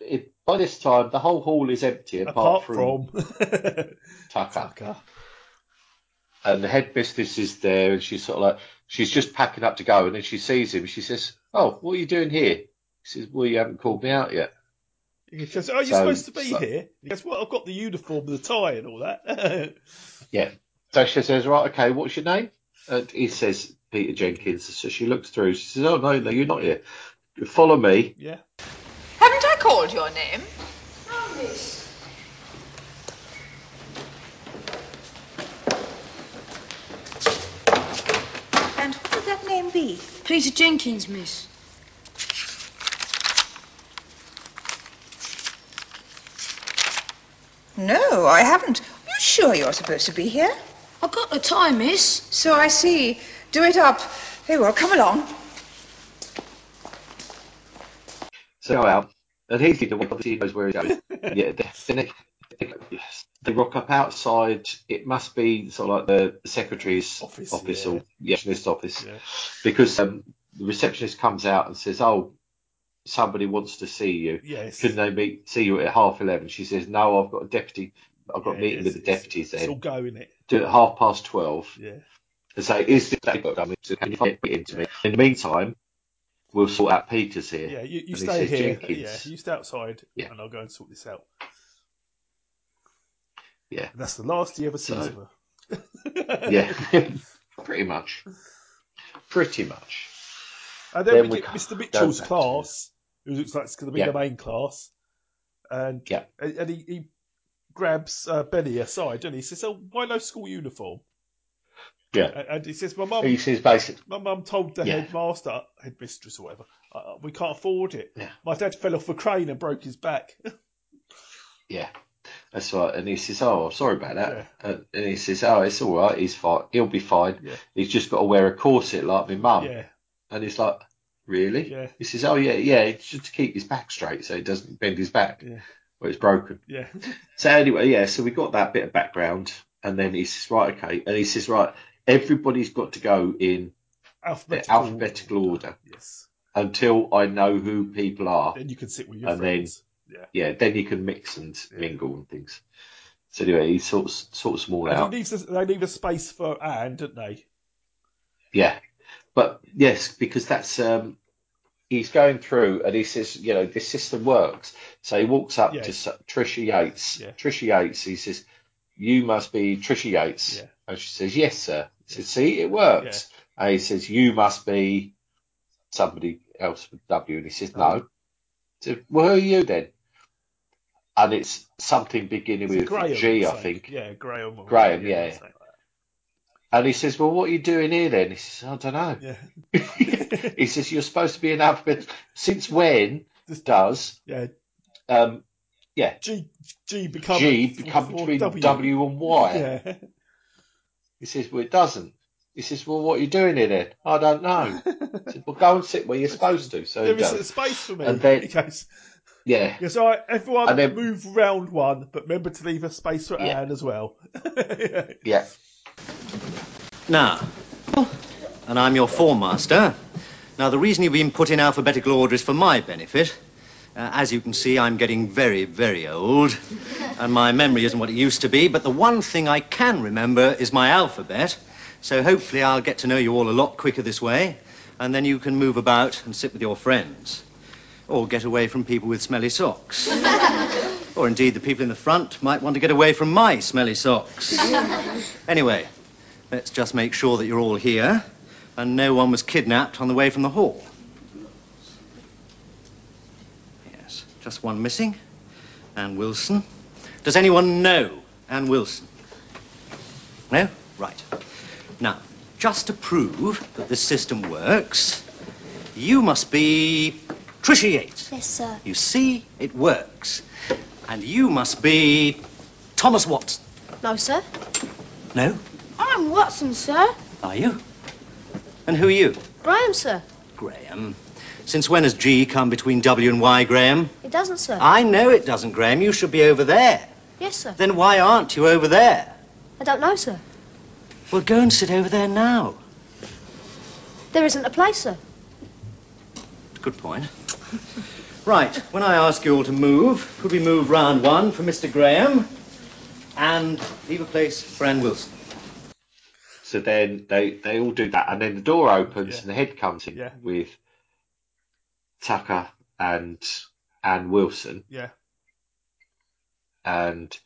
Speaker 3: it, by this time the whole hall is empty
Speaker 2: Apart
Speaker 3: apart, from,
Speaker 2: from
Speaker 3: [laughs] Tucker.
Speaker 2: Tucker.
Speaker 3: And the headmistress is there, and she's sort of like she's just packing up to go, and then she sees him. She says, "Oh, what are you doing here?" He says, "Well, you haven't called me out yet."
Speaker 2: He goes, "Oh, you're
Speaker 3: So-
Speaker 2: supposed to be
Speaker 3: so-
Speaker 2: here." He goes, "Well, I've got the uniform, the tie, and all that." [laughs]
Speaker 3: So she says, "Right, okay, what's your name?" And he says, "Peter Jenkins." So she looks through. She says, "Oh no, no, you're not here. Follow me."
Speaker 2: yeah.
Speaker 6: Haven't I called your name?
Speaker 4: And what would that name be?
Speaker 7: Peter Jenkins, miss.
Speaker 6: No, I haven't. Are you sure you're supposed to be here?
Speaker 7: I got the tie, miss.
Speaker 6: So I see. Do it up. Very well, come along.
Speaker 3: So go out, and he's the one obviously he knows where he's going. yeah, they, then they, they, yes, they rock up outside. It must be sort of like the secretary's
Speaker 2: Office,
Speaker 3: office,
Speaker 2: yeah.
Speaker 3: or yeah, receptionist office,
Speaker 2: Yeah.
Speaker 3: because um, the receptionist comes out and says, "Oh, somebody wants to see you.
Speaker 2: Yes.
Speaker 3: Can they meet see you at half 11? She says, "No, I've got a deputy. I've got a
Speaker 2: Yeah,
Speaker 3: meeting
Speaker 2: it's-
Speaker 3: with the
Speaker 2: it's-
Speaker 3: deputies
Speaker 2: It's all
Speaker 3: then.
Speaker 2: going it.
Speaker 3: Do it at half past twelve.
Speaker 2: Yeah.
Speaker 3: And say, "Is this that got done? Can you fit it into me?" In the meantime, we'll sort out Peter's here.
Speaker 2: Yeah. You, you
Speaker 3: And he
Speaker 2: stay
Speaker 3: says,
Speaker 2: here.
Speaker 3: "Jenkins."
Speaker 2: Yeah. You stay outside,
Speaker 3: Yeah.
Speaker 2: and I'll go and sort this out.
Speaker 3: Yeah.
Speaker 2: And that's the last he ever sees
Speaker 3: So-
Speaker 2: of her.
Speaker 3: yeah, [laughs] pretty much. Pretty much.
Speaker 2: [laughs] And then,
Speaker 3: Then
Speaker 2: we,
Speaker 3: we
Speaker 2: get
Speaker 3: go-
Speaker 2: Mr.
Speaker 3: go
Speaker 2: Mitchell's
Speaker 3: back to-
Speaker 2: class, who looks like it's going to be
Speaker 3: Yeah.
Speaker 2: the main class, and
Speaker 3: Yeah.
Speaker 2: and, and he, he grabs uh, Benny aside, and he says, "Oh, why no school uniform?"
Speaker 3: Yeah.
Speaker 2: And, and he says, "My mum
Speaker 3: He says basically,
Speaker 2: My mum told the
Speaker 3: Yeah.
Speaker 2: headmaster, headmistress, or whatever, uh, we can't afford it.
Speaker 3: Yeah.
Speaker 2: My dad fell off a crane and broke his back.
Speaker 3: yeah, that's right. And he says, oh, I'm sorry about that.
Speaker 2: Yeah.
Speaker 3: And, and he says, oh, it's all right. He's fine. He'll be fine.
Speaker 2: Yeah.
Speaker 3: Oh. He's just got to wear a corset like my
Speaker 2: [laughs]
Speaker 3: mum.
Speaker 2: yeah,
Speaker 3: And it's like, really. Yeah. He says, oh, yeah, yeah, it's just to keep his back straight so he doesn't bend his back
Speaker 2: Yeah.
Speaker 3: where it's broken.
Speaker 2: Yeah.
Speaker 3: So anyway, yeah, so we got that bit of background, and then he says, right, okay, and he says, right, everybody's got to go in
Speaker 2: Alphabetical.
Speaker 3: alphabetical order.
Speaker 2: Yes.
Speaker 3: Until I know who people are.
Speaker 2: Then you can sit with your
Speaker 3: and
Speaker 2: friends.
Speaker 3: then yeah. then you can mix and mingle and things. So anyway, he sorts sorts them all
Speaker 2: And
Speaker 3: out.
Speaker 2: it leaves, us- they leave a space for Anne, don't they?
Speaker 3: Yeah, but yes, because that's um, he's going through and he says, you know, this system works. So he walks up
Speaker 2: Yeah.
Speaker 3: to S- Tricia Yates. Tricia Yates. He says, "You must be Tricia Yates," and she says, "Yes, sir." He says, "See, it works." And he says, "You must be somebody else with W," and he says,
Speaker 2: Oh.
Speaker 3: "No." So, well, who are you then? And it's something beginning with
Speaker 2: Graham.
Speaker 3: G,
Speaker 2: it's
Speaker 3: I
Speaker 2: like-
Speaker 3: think.
Speaker 2: Yeah, Graham. or-
Speaker 3: Graham, yeah.
Speaker 2: it's like-
Speaker 3: And he says, Well, what are you doing here then? He says, I don't know. [laughs] he says, You're supposed to be an alphabet. Since when does
Speaker 2: Yeah.
Speaker 3: um, yeah,
Speaker 2: G, G become,
Speaker 3: G become
Speaker 2: or
Speaker 3: between w. and Y?
Speaker 2: Yeah.
Speaker 3: He says, Well, it doesn't. He says, Well, what are you doing here then? I
Speaker 2: [laughs]
Speaker 3: don't know. he said, Well, go and sit where you're supposed to. So
Speaker 2: There
Speaker 3: he
Speaker 2: isn't
Speaker 3: goes.
Speaker 2: space for me.
Speaker 3: And then,
Speaker 2: He goes,
Speaker 3: yeah,
Speaker 2: Yes, all right, everyone
Speaker 3: And then-
Speaker 2: move round one, but remember to leave a space for
Speaker 3: Yeah.
Speaker 2: Anne as well. [laughs]
Speaker 3: yeah.
Speaker 12: Now, and I'm your form master. Now, the reason you've been put in alphabetical order is for my benefit. Uh, as you can see, I'm getting very, very old, and my memory isn't what it used to be. But the one thing I can remember is my alphabet, so hopefully I'll get to know you all a lot quicker this way, and then you can move about and sit with your friends, or get away from people with smelly socks. or indeed, the people in the front might want to get away from my smelly socks. Anyway, Let's just make sure that you're all here and no one was kidnapped on the way from the hall. Yes, just one missing. Anne Wilson. Does anyone know Anne Wilson? No? Right. Now, just to prove that this system works, you must be Tricia Yates.
Speaker 5: Yes, sir.
Speaker 12: You see, it works. And you must be Thomas Watson.
Speaker 11: No, sir.
Speaker 12: No?
Speaker 11: I'm Watson, sir.
Speaker 12: Are you? And who are you?
Speaker 11: Graham, sir.
Speaker 12: Graham. Since when has G come between W and Y, Graham?
Speaker 11: It doesn't, sir.
Speaker 12: I know it doesn't, Graham. You should be over there.
Speaker 11: Yes, sir.
Speaker 12: Then why aren't you over there?
Speaker 11: I don't know, sir.
Speaker 12: Well, go and sit over there now.
Speaker 11: There isn't a place, sir.
Speaker 12: Good
Speaker 11: [laughs]
Speaker 12: point. Right, when I ask you all to move, could we move round one for Mr. Graham and leave a place for Anne Wilson?
Speaker 3: So then they, they all do that, and then the door opens and the head comes in with Tucker and Anne Wilson,
Speaker 2: yeah.
Speaker 3: and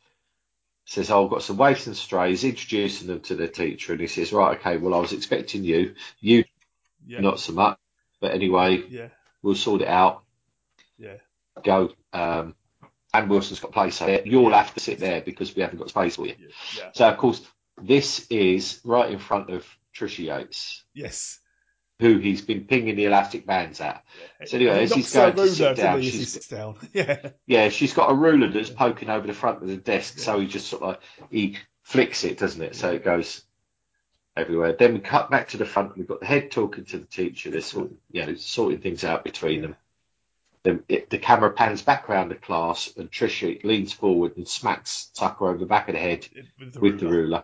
Speaker 3: says, "Oh, I've got some waifs and strays," introducing them to the teacher, and he says, "Right, okay, well, I was expecting you, you
Speaker 2: Yeah.
Speaker 3: not so much, but anyway,
Speaker 2: Yeah.
Speaker 3: we'll sort it out.
Speaker 2: Yeah.
Speaker 3: Go." Um, Anne Wilson's got a place there. You'll have to sit there because we haven't got space for you.
Speaker 2: Yeah.
Speaker 3: So, of course, this is right in front of Tricia Yates
Speaker 2: Yes.
Speaker 3: who he's been pinging the elastic bands at. So anyway, as
Speaker 2: Knocks
Speaker 3: he's going
Speaker 2: her
Speaker 3: to
Speaker 2: ruler,
Speaker 3: sit
Speaker 2: doesn't
Speaker 3: down,
Speaker 2: he, as he
Speaker 3: she's
Speaker 2: sits down. [laughs] Yeah.
Speaker 3: yeah, she's got a ruler that's poking over the front of the desk, so he just sort of he flicks it, doesn't it? So it goes everywhere. Then we cut back to the front. We've got the head talking to the teacher. They're sort, you know, sorting things out between them. Then it, the camera pans back around the class, and Tricia leans forward and smacks Tucker over the back of the head
Speaker 2: with
Speaker 3: the
Speaker 2: the
Speaker 3: ruler.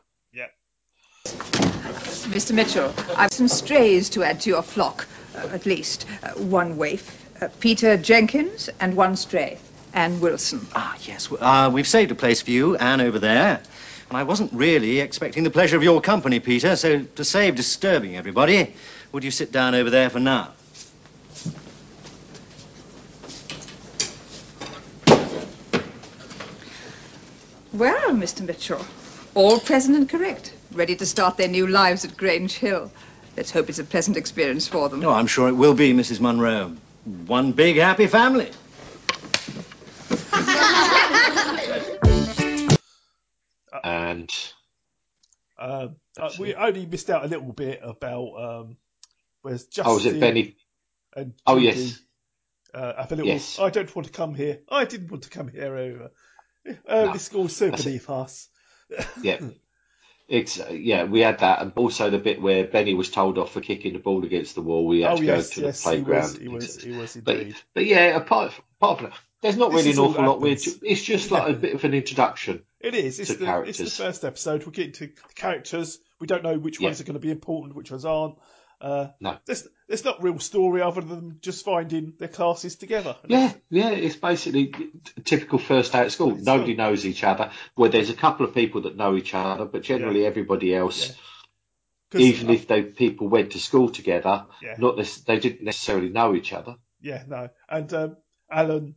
Speaker 13: Mr. Mitchell, I've some strays to add to your flock, uh, at least uh, one waif, uh, Peter Jenkins, and one stray, Anne Wilson.
Speaker 12: Ah, yes. w- Uh, we've saved a place for you, Anne, over there. And I wasn't really expecting the pleasure of your company, Peter, so to save disturbing everybody, would you sit down over there for now?
Speaker 13: Well, Mr. Mitchell, all present and correct, ready to start their new lives at Grange Hill. Let's hope it's a pleasant experience for them.
Speaker 12: No, Oh, I'm sure it will be, Mrs. Munro. One big happy family.
Speaker 2: Uh,
Speaker 3: And
Speaker 2: Um, uh, we only missed out a little bit about um, where's Justin.
Speaker 3: Oh, was
Speaker 2: [laughs]
Speaker 3: it Benny?
Speaker 2: And
Speaker 3: Oh,
Speaker 2: Judy,
Speaker 3: yes.
Speaker 2: Uh, have a little.
Speaker 3: Yes.
Speaker 2: I don't want to come here. I didn't want to come here. Over. Uh, This school's so
Speaker 3: That's it.
Speaker 2: beneath us.
Speaker 3: yeah. Ex- yeah, we had that, and also the bit where Benny was told off for kicking the ball against the wall. We had
Speaker 2: Oh
Speaker 3: to go
Speaker 2: yes,
Speaker 3: to
Speaker 2: yes,
Speaker 3: the
Speaker 2: he
Speaker 3: playground.
Speaker 2: was, he was, he was
Speaker 3: But
Speaker 2: indeed.
Speaker 3: but yeah, apart from, apart from that, there's not
Speaker 2: This
Speaker 3: really
Speaker 2: is
Speaker 3: an
Speaker 2: all
Speaker 3: awful
Speaker 2: that
Speaker 3: lot. We're
Speaker 2: happens.
Speaker 3: ju- it's just like a bit of an introduction
Speaker 2: It is. It's the
Speaker 3: to
Speaker 2: it's the
Speaker 3: characters.
Speaker 2: first episode. We're getting to the characters. We don't know which
Speaker 3: Yeah.
Speaker 2: ones are going to be important, which ones aren't. Uh,
Speaker 3: No.
Speaker 2: there's there's not real story other than just finding their classes together.
Speaker 3: Yeah, yeah, it's basically t- typical first day at school. Nobody knows each other. Well, there's a couple of people that know each other, but generally everybody else,
Speaker 2: 'Cause-
Speaker 3: even if they people went to school together,
Speaker 2: Yeah.
Speaker 3: not this, they didn't necessarily know each other.
Speaker 2: Yeah, no. And um, Alan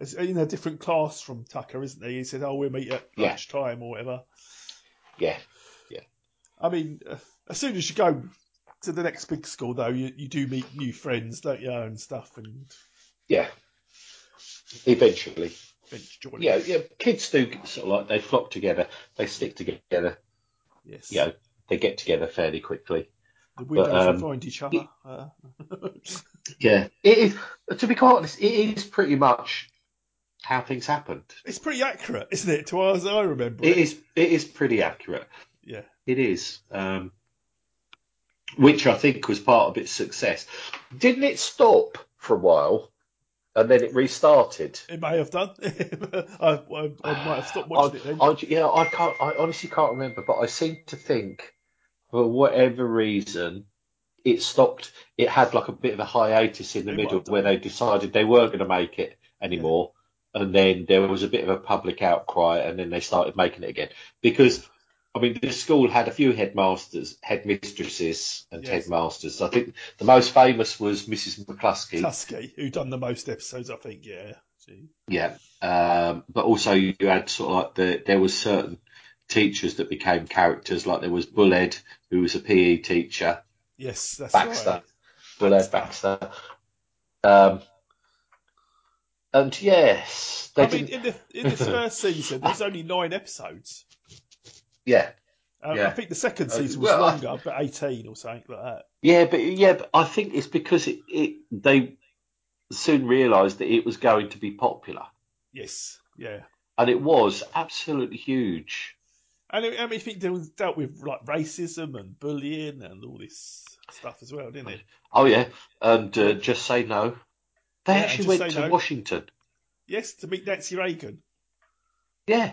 Speaker 2: is in a different class from Tucker, isn't he? He said, "Oh, we'll meet at
Speaker 3: Yeah.
Speaker 2: lunchtime or whatever."
Speaker 3: Yeah,
Speaker 2: I mean, uh, as soon as you go to the next big school, though, you, you do meet new friends, don't you, and stuff, and
Speaker 3: yeah. Eventually,
Speaker 2: eventually,
Speaker 3: yeah, yeah. Kids do sort of like they flock together, they stick together.
Speaker 2: Yes.
Speaker 3: You know, they get together fairly quickly.
Speaker 2: the
Speaker 3: But,
Speaker 2: widows will
Speaker 3: um,
Speaker 2: find each other. Uh, [laughs]
Speaker 3: Yeah, it is. To be quite honest, it is pretty much how things happened.
Speaker 2: it's pretty accurate, isn't it? To as I remember,
Speaker 3: It is. It is pretty accurate.
Speaker 2: Yeah.
Speaker 3: It is. Um, which I think was part of its success. Didn't it stop for a while, and then it restarted?
Speaker 2: It may have done. [laughs] I, I, I might have stopped
Speaker 3: I,
Speaker 2: watching it then.
Speaker 3: I, yeah, I can't. I honestly can't remember, but I seem to think, for whatever reason, it stopped. It had like a bit of a hiatus in the middle where they decided they weren't going to make it anymore, and then there was a bit of a public outcry, and then they started making it again because. I mean, the school had a few headmasters, headmistresses, and
Speaker 2: Yes.
Speaker 3: headmasters. I think the most famous was Mrs. McCluskey.
Speaker 2: Tusky, who done the most episodes, I think. Yeah. Gee.
Speaker 3: Yeah, um, but also you had sort of like the there was certain teachers that became characters. Like there was Bullhead, who was a PE teacher,
Speaker 2: Yes, that's
Speaker 3: Baxter,
Speaker 2: right.
Speaker 3: Bullhead Baxter. Um, and yes, they
Speaker 2: I mean,
Speaker 3: didn't.
Speaker 2: in the
Speaker 3: [laughs]
Speaker 2: in this first season, there's only nine episodes.
Speaker 3: Yeah,
Speaker 2: Uh, I
Speaker 3: Yeah.
Speaker 2: think the second
Speaker 3: Uh,
Speaker 2: season was
Speaker 3: well, I-
Speaker 2: longer, about eighteen or something like that.
Speaker 3: yeah, but yeah, but I think it's because it, it they soon realised that it was going to be popular,
Speaker 2: Yes, yeah.
Speaker 3: and it was absolutely huge.
Speaker 2: And I mean, I think they was- dealt with like racism and bullying and all this stuff as well, didn't it?
Speaker 3: Oh yeah, and uh, just say no. They
Speaker 2: Yeah,
Speaker 3: actually
Speaker 2: Just
Speaker 3: went
Speaker 2: Say
Speaker 3: to
Speaker 2: No.
Speaker 3: Washington.
Speaker 2: Yes, to meet Nancy Reagan.
Speaker 3: Yeah,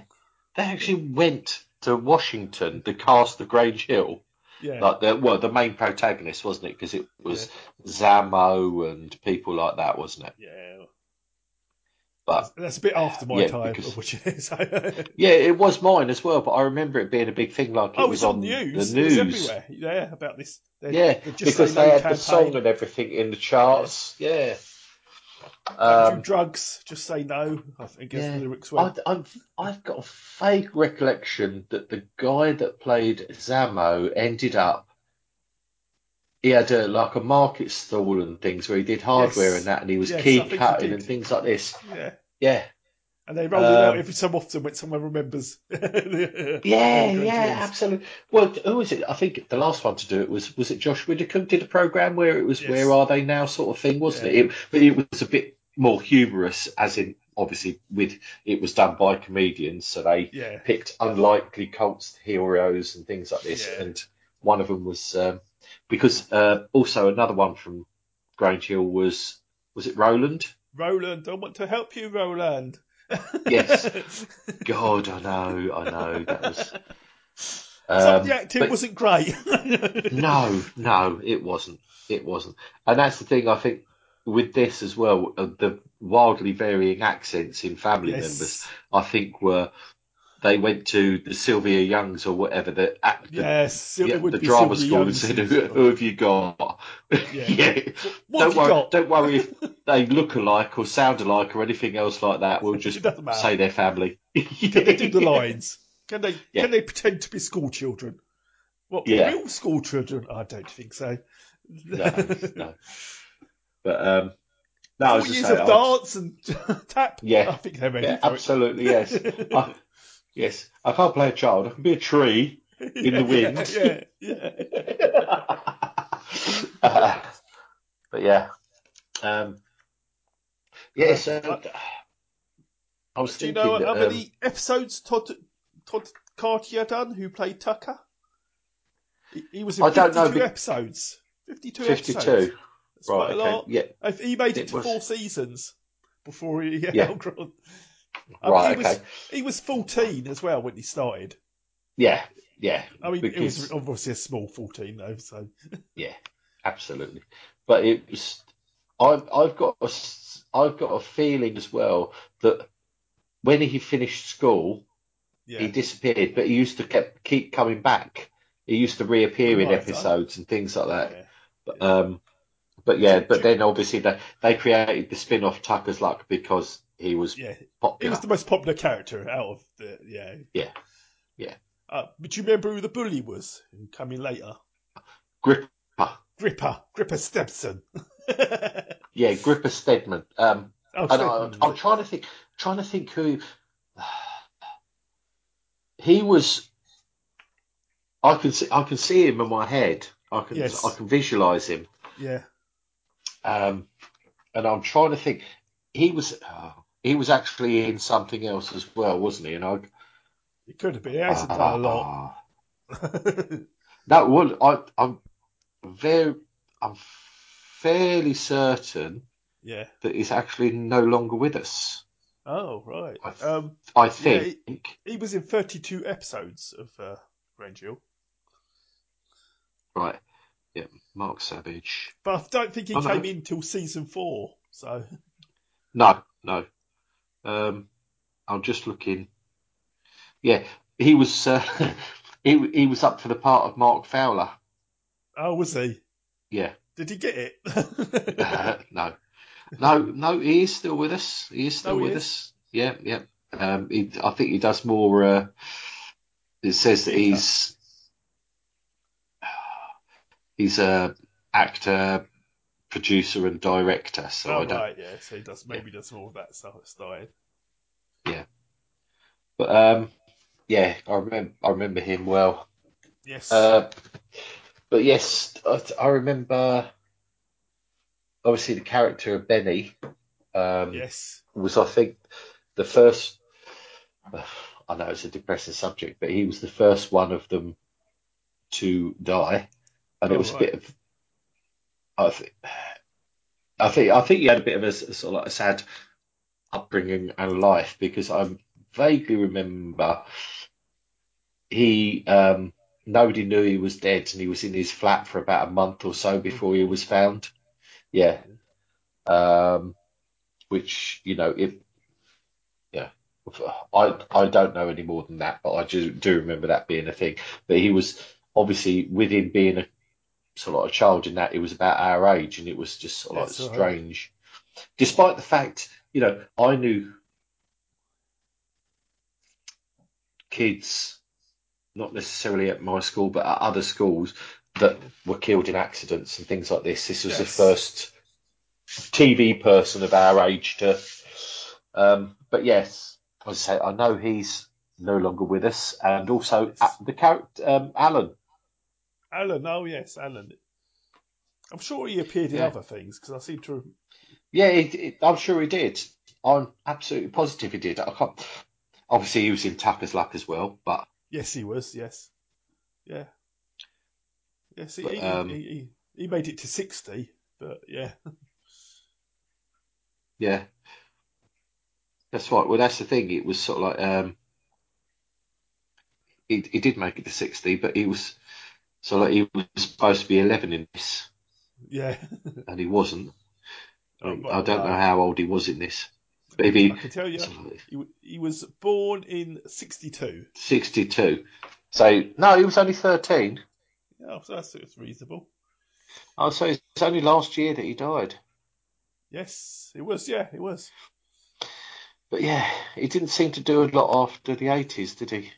Speaker 3: they actually went to Washington, the cast of Grange Hill.
Speaker 2: Yeah.
Speaker 3: Like the well, the main protagonist wasn't it? Because it was Zamo and people like that, wasn't it?
Speaker 2: yeah.
Speaker 3: But
Speaker 2: That's a bit after my
Speaker 3: Yeah,
Speaker 2: time,
Speaker 3: because-
Speaker 2: which it is. it
Speaker 3: yeah, it was mine as well. But I remember it being a big thing. Like
Speaker 2: [laughs]
Speaker 3: it
Speaker 2: oh,
Speaker 3: was
Speaker 2: it's on
Speaker 3: on
Speaker 2: the news.
Speaker 3: the
Speaker 2: It was
Speaker 3: news.
Speaker 2: everywhere. Yeah, about this. they-
Speaker 3: Yeah,
Speaker 2: they just
Speaker 3: because
Speaker 2: say no
Speaker 3: they had the
Speaker 2: campaign.
Speaker 3: song and everything in the charts. Yeah.
Speaker 2: Do
Speaker 3: Um,
Speaker 2: drugs, just say no. I think is
Speaker 3: Yeah.
Speaker 2: the lyrics were.
Speaker 3: I, I've I've got a vague recollection that the guy that played Zamo ended up. He had a, like a market stall and things where he did hardware
Speaker 2: Yes.
Speaker 3: and that, and he was
Speaker 2: Yes, I
Speaker 3: key
Speaker 2: think he
Speaker 3: cutting
Speaker 2: did.
Speaker 3: and things like this.
Speaker 2: Yeah.
Speaker 3: Yeah,
Speaker 2: And they roll it out
Speaker 3: Um,
Speaker 2: every so often when someone remembers. [laughs] yeah,
Speaker 3: yeah, yeah, absolutely. Well, who was it? I think the last one to do it was was it Josh Whitaker did a program where it was
Speaker 2: Yes.
Speaker 3: "Where Are They Now" sort of thing, wasn't
Speaker 2: Yeah.
Speaker 3: it? it? But it was a bit more humorous, as in obviously with it was done by comedians, so they
Speaker 2: Yeah.
Speaker 3: picked unlikely cult heroes and things like this.
Speaker 2: Yeah.
Speaker 3: And one of them was um, because uh, also another one from Grange Hill was was it
Speaker 2: [laughs]
Speaker 3: Roland?
Speaker 2: Roland, I want to help you, Roland. [laughs]
Speaker 3: Yes. God, I know, I know.
Speaker 2: [laughs]
Speaker 3: That was.
Speaker 2: Some
Speaker 3: Um,
Speaker 2: of the acting
Speaker 3: but-
Speaker 2: wasn't great.
Speaker 3: no, no, it wasn't. It wasn't. And that's the thing I think with this as well, uh, the wildly varying accents in family
Speaker 2: Yes.
Speaker 3: members, I think were they went to the Sylvia Youngs or whatever the act the,
Speaker 2: Yes, it
Speaker 3: yeah,
Speaker 2: would
Speaker 3: the
Speaker 2: be
Speaker 3: drama
Speaker 2: Sylvia
Speaker 3: school and
Speaker 2: Young's
Speaker 3: said,
Speaker 2: in-
Speaker 3: who, who have you got? [laughs]
Speaker 2: Yeah. What have
Speaker 3: Don't
Speaker 2: you
Speaker 3: worry,
Speaker 2: got?
Speaker 3: don't worry if
Speaker 2: [laughs]
Speaker 3: they look alike or sound alike or anything else like that. We'll
Speaker 2: It
Speaker 3: just
Speaker 2: doesn't matter.
Speaker 3: say they're family.
Speaker 2: Can [laughs] they do the lines? Can they
Speaker 3: Yeah.
Speaker 2: can they pretend to be school children? What
Speaker 3: Yeah.
Speaker 2: real school children? I don't think so.
Speaker 3: [laughs]
Speaker 2: [laughs]
Speaker 3: No, no. But um, no, I
Speaker 2: Four
Speaker 3: was just
Speaker 2: years
Speaker 3: saying,
Speaker 2: of
Speaker 3: I-
Speaker 2: dance Oh, and [laughs] tap.
Speaker 3: Yeah.
Speaker 2: I think they're ready
Speaker 3: Yeah,
Speaker 2: for it. [laughs]
Speaker 3: absolutely, yes. I, yes, I can't play a child. I can be a tree in
Speaker 2: [laughs] Yeah,
Speaker 3: the wind.
Speaker 2: Yeah, yeah.
Speaker 3: [laughs] but yeah, um, yeah. So I was
Speaker 2: Do you
Speaker 3: thinking.
Speaker 2: Uh, know how
Speaker 3: um,
Speaker 2: many episodes Todd Todd Cartier done who played Tucker? He, he was in
Speaker 3: I don't
Speaker 2: 52
Speaker 3: know, but-
Speaker 2: episodes. 52,
Speaker 3: 52.
Speaker 2: episodes. That's
Speaker 3: right,
Speaker 2: quite a
Speaker 3: okay.
Speaker 2: lot.
Speaker 3: Yeah.
Speaker 2: If He made it,
Speaker 3: It
Speaker 2: to
Speaker 3: was-
Speaker 2: four seasons before he [laughs] got
Speaker 3: Yeah.
Speaker 2: Algron.
Speaker 3: Right,
Speaker 2: he was,
Speaker 3: okay.
Speaker 2: He was 14 as well when he started.
Speaker 3: Yeah, yeah.
Speaker 2: I mean, it
Speaker 3: because-
Speaker 2: was obviously a small 14 though, so.
Speaker 3: Yeah, absolutely. But it was. I've I've got a s- I've got a feeling as well that when he finished school, he disappeared, but he used to kept keep coming back. He used to reappear in
Speaker 2: Right, I-
Speaker 3: episodes and things like that. But um, but yeah, but then obviously they they created the spin off Tucker's Luck because he was
Speaker 2: Yeah. He
Speaker 3: popular.
Speaker 2: was the most popular character out of the. Yeah.
Speaker 3: Yeah, yeah.
Speaker 2: Uh, but you remember who the bully was who come in later?
Speaker 3: Gripper,
Speaker 2: Gripper. Gripper [laughs] Stepson.
Speaker 3: yeah, Gripper Stedman. Um,
Speaker 2: Oh,
Speaker 3: and
Speaker 2: Stedman.
Speaker 3: I, I'm trying to think, trying to think who he was. I can see, I can see him in my head. I can,
Speaker 2: Yes.
Speaker 3: I can visualize him.
Speaker 2: Yeah.
Speaker 3: Um, and I'm trying to think. He was, oh, he was actually in something else as well, wasn't he? And I, Ah.
Speaker 2: It could have been. He hasn't done a lot. [laughs]
Speaker 3: That one, I, I'm very, I'm fairly certain
Speaker 2: Yeah.
Speaker 3: that he's actually no longer with us.
Speaker 2: Oh, right. Um,
Speaker 3: I
Speaker 2: yeah,
Speaker 3: think.
Speaker 2: he, he was in 32 episodes of uh, Grange Hill.
Speaker 3: Right. Yeah, Mark Savage.
Speaker 2: But I don't think he
Speaker 3: Oh, no.
Speaker 2: came in till season four. So,
Speaker 3: No, no. Um, I'm just looking. Yeah, he was. Uh, [laughs] he he was up for the part of Mark Fowler.
Speaker 2: oh, was he?
Speaker 3: Yeah.
Speaker 2: Did he get it? [laughs]
Speaker 3: [laughs] Uh, no, no, no. He is still with us. He is still
Speaker 2: No, Oh, he
Speaker 3: with
Speaker 2: is.
Speaker 3: us. Yeah, yeah. Um, he, I think he does more. Uh, it says that he's he's a actor, producer, and director. So
Speaker 2: oh,
Speaker 3: I don't.
Speaker 2: right, yeah. So he does maybe does all of that stuff started.
Speaker 3: Yeah. But um, yeah, I remember I remember him well.
Speaker 2: Yes.
Speaker 3: Uh, but yes, I, I remember obviously the character of Benny. Um,
Speaker 2: yes.
Speaker 3: Was I think the first. [sighs] I know it's a depressing subject, but he was the first one of them to die, and
Speaker 2: Oh,
Speaker 3: it was
Speaker 2: right.
Speaker 3: a bit of. I think. I think I think he had a bit of a s- sort of like a sad upbringing and life because I vaguely remember he um, nobody knew he was dead and he was in his flat for about a month or so before he was found. Yeah, um, which you know if yeah, I I don't know any more than that, but I do do remember that being a thing. But he was obviously with him being a sort of like a child in that he was about our age and it was just sort of
Speaker 2: That's
Speaker 3: like
Speaker 2: right.
Speaker 3: strange. Despite the fact, you know, I knew kids, not necessarily at my school, but at other schools that were killed in accidents and things like this. This was the
Speaker 2: Yes.
Speaker 3: first TV person of our age to. Um, but yes, as I say, I know he's no longer with us, and also uh, the character um, Alan.
Speaker 2: Alan, oh, yes, Alan. I'm sure he appeared in
Speaker 3: Yeah.
Speaker 2: other things because I seem to.
Speaker 3: Yeah, it, it, I'm sure he did. I'm absolutely positive he did. I can't. Obviously, he was in Tucker's Luck as well, but
Speaker 2: Yes, he was, yes. Yeah. Yes, he,
Speaker 3: But,
Speaker 2: he,
Speaker 3: um,
Speaker 2: he, he, he made it to 60, but yeah.
Speaker 3: Yeah. That's right. Well, that's the thing. It was sort of like um, he he did make it to sixty, but he was so like he was supposed to be eleven in this,
Speaker 2: Yeah. [laughs]
Speaker 3: and he wasn't. I, mean,
Speaker 2: Oh,
Speaker 3: I don't
Speaker 2: wow.
Speaker 3: know how old he was in this. But if he
Speaker 2: I can tell you, he, w- he was born in 62.
Speaker 3: sixty-two, so no, he was only thirteen.
Speaker 2: Yeah, so that's, that's reasonable.
Speaker 3: Oh, so it's only last year that he died.
Speaker 2: Yes, it was, yeah, it was.
Speaker 3: But yeah, he didn't seem to do a lot after the eighties, did he?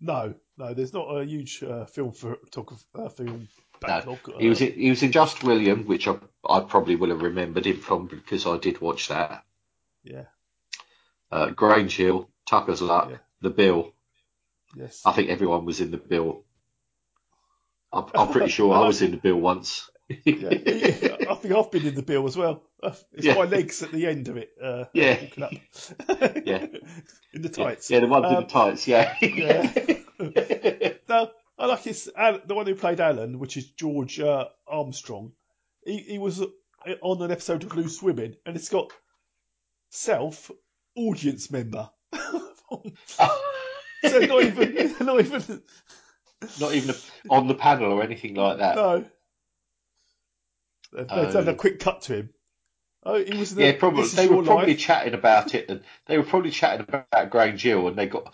Speaker 2: No, no, there's not a huge uh, film for talk of uh, film backlog. uh,
Speaker 3: He was in, he was in Just William, which I I probably will have remembered him from because I did watch that.
Speaker 2: Yeah.
Speaker 3: uh, Grange Hill, Tucker's Luck, The Bill.
Speaker 2: Yes.
Speaker 3: I think everyone was in The Bill. I'm, I'm pretty sure I was in The Bill once.
Speaker 2: Yeah. [laughs] I think I've been in the bill as well. It's
Speaker 3: Yeah.
Speaker 2: my legs at the end of it. Uh,
Speaker 3: Yeah.
Speaker 2: walking up.
Speaker 3: [laughs] Yeah.
Speaker 2: [laughs] in the tights.
Speaker 3: Yeah, the ones in
Speaker 2: Um,
Speaker 3: the tights, yeah. [laughs]
Speaker 2: yeah. [laughs] no, I like his Al- the one who played Alan, which is George uh, Armstrong. He, he was uh, on an episode of Loose Women, and it's got self audience member. so not even, [laughs] not even,
Speaker 3: Not even a, on the panel or anything like that.
Speaker 2: no. They've, they've done
Speaker 3: Oh.
Speaker 2: a quick cut to him. Oh, he was. in The,
Speaker 3: Yeah, probably.
Speaker 2: This is
Speaker 3: They were
Speaker 2: Your
Speaker 3: probably
Speaker 2: Life.
Speaker 3: chatting about it, and they were probably chatting about Grange Hill, and they got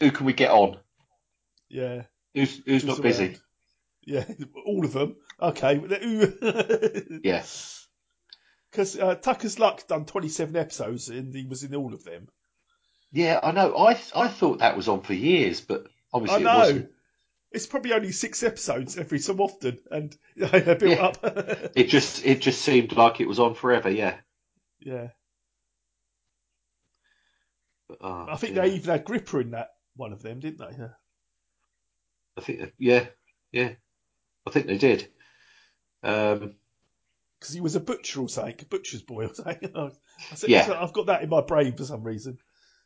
Speaker 3: who can we get on?
Speaker 2: Yeah.
Speaker 3: Who's who's
Speaker 2: Who's
Speaker 3: not busy?
Speaker 2: around? Yeah, [laughs] all of them. Okay. [laughs]
Speaker 3: Yeah,
Speaker 2: Because uh, Tucker's Luck done 27 episodes and he was in all of them.
Speaker 3: yeah, I know. I I thought that was on for years, but obviously
Speaker 2: I
Speaker 3: it
Speaker 2: know.
Speaker 3: wasn't.
Speaker 2: It's probably only six episodes every so often and [laughs] they're built up. [laughs]
Speaker 3: It just it just seemed like it was on forever. Yeah,
Speaker 2: yeah.
Speaker 3: But, oh,
Speaker 2: I think
Speaker 3: dear.
Speaker 2: they even had Gripper in that one of them, didn't they? Yeah.
Speaker 3: I think yeah, yeah, I think they did. Um,
Speaker 2: because he was a butcher or something, a butcher's boy or something. [laughs] I said,
Speaker 3: Yeah.
Speaker 2: so I've got that in my brain for some reason.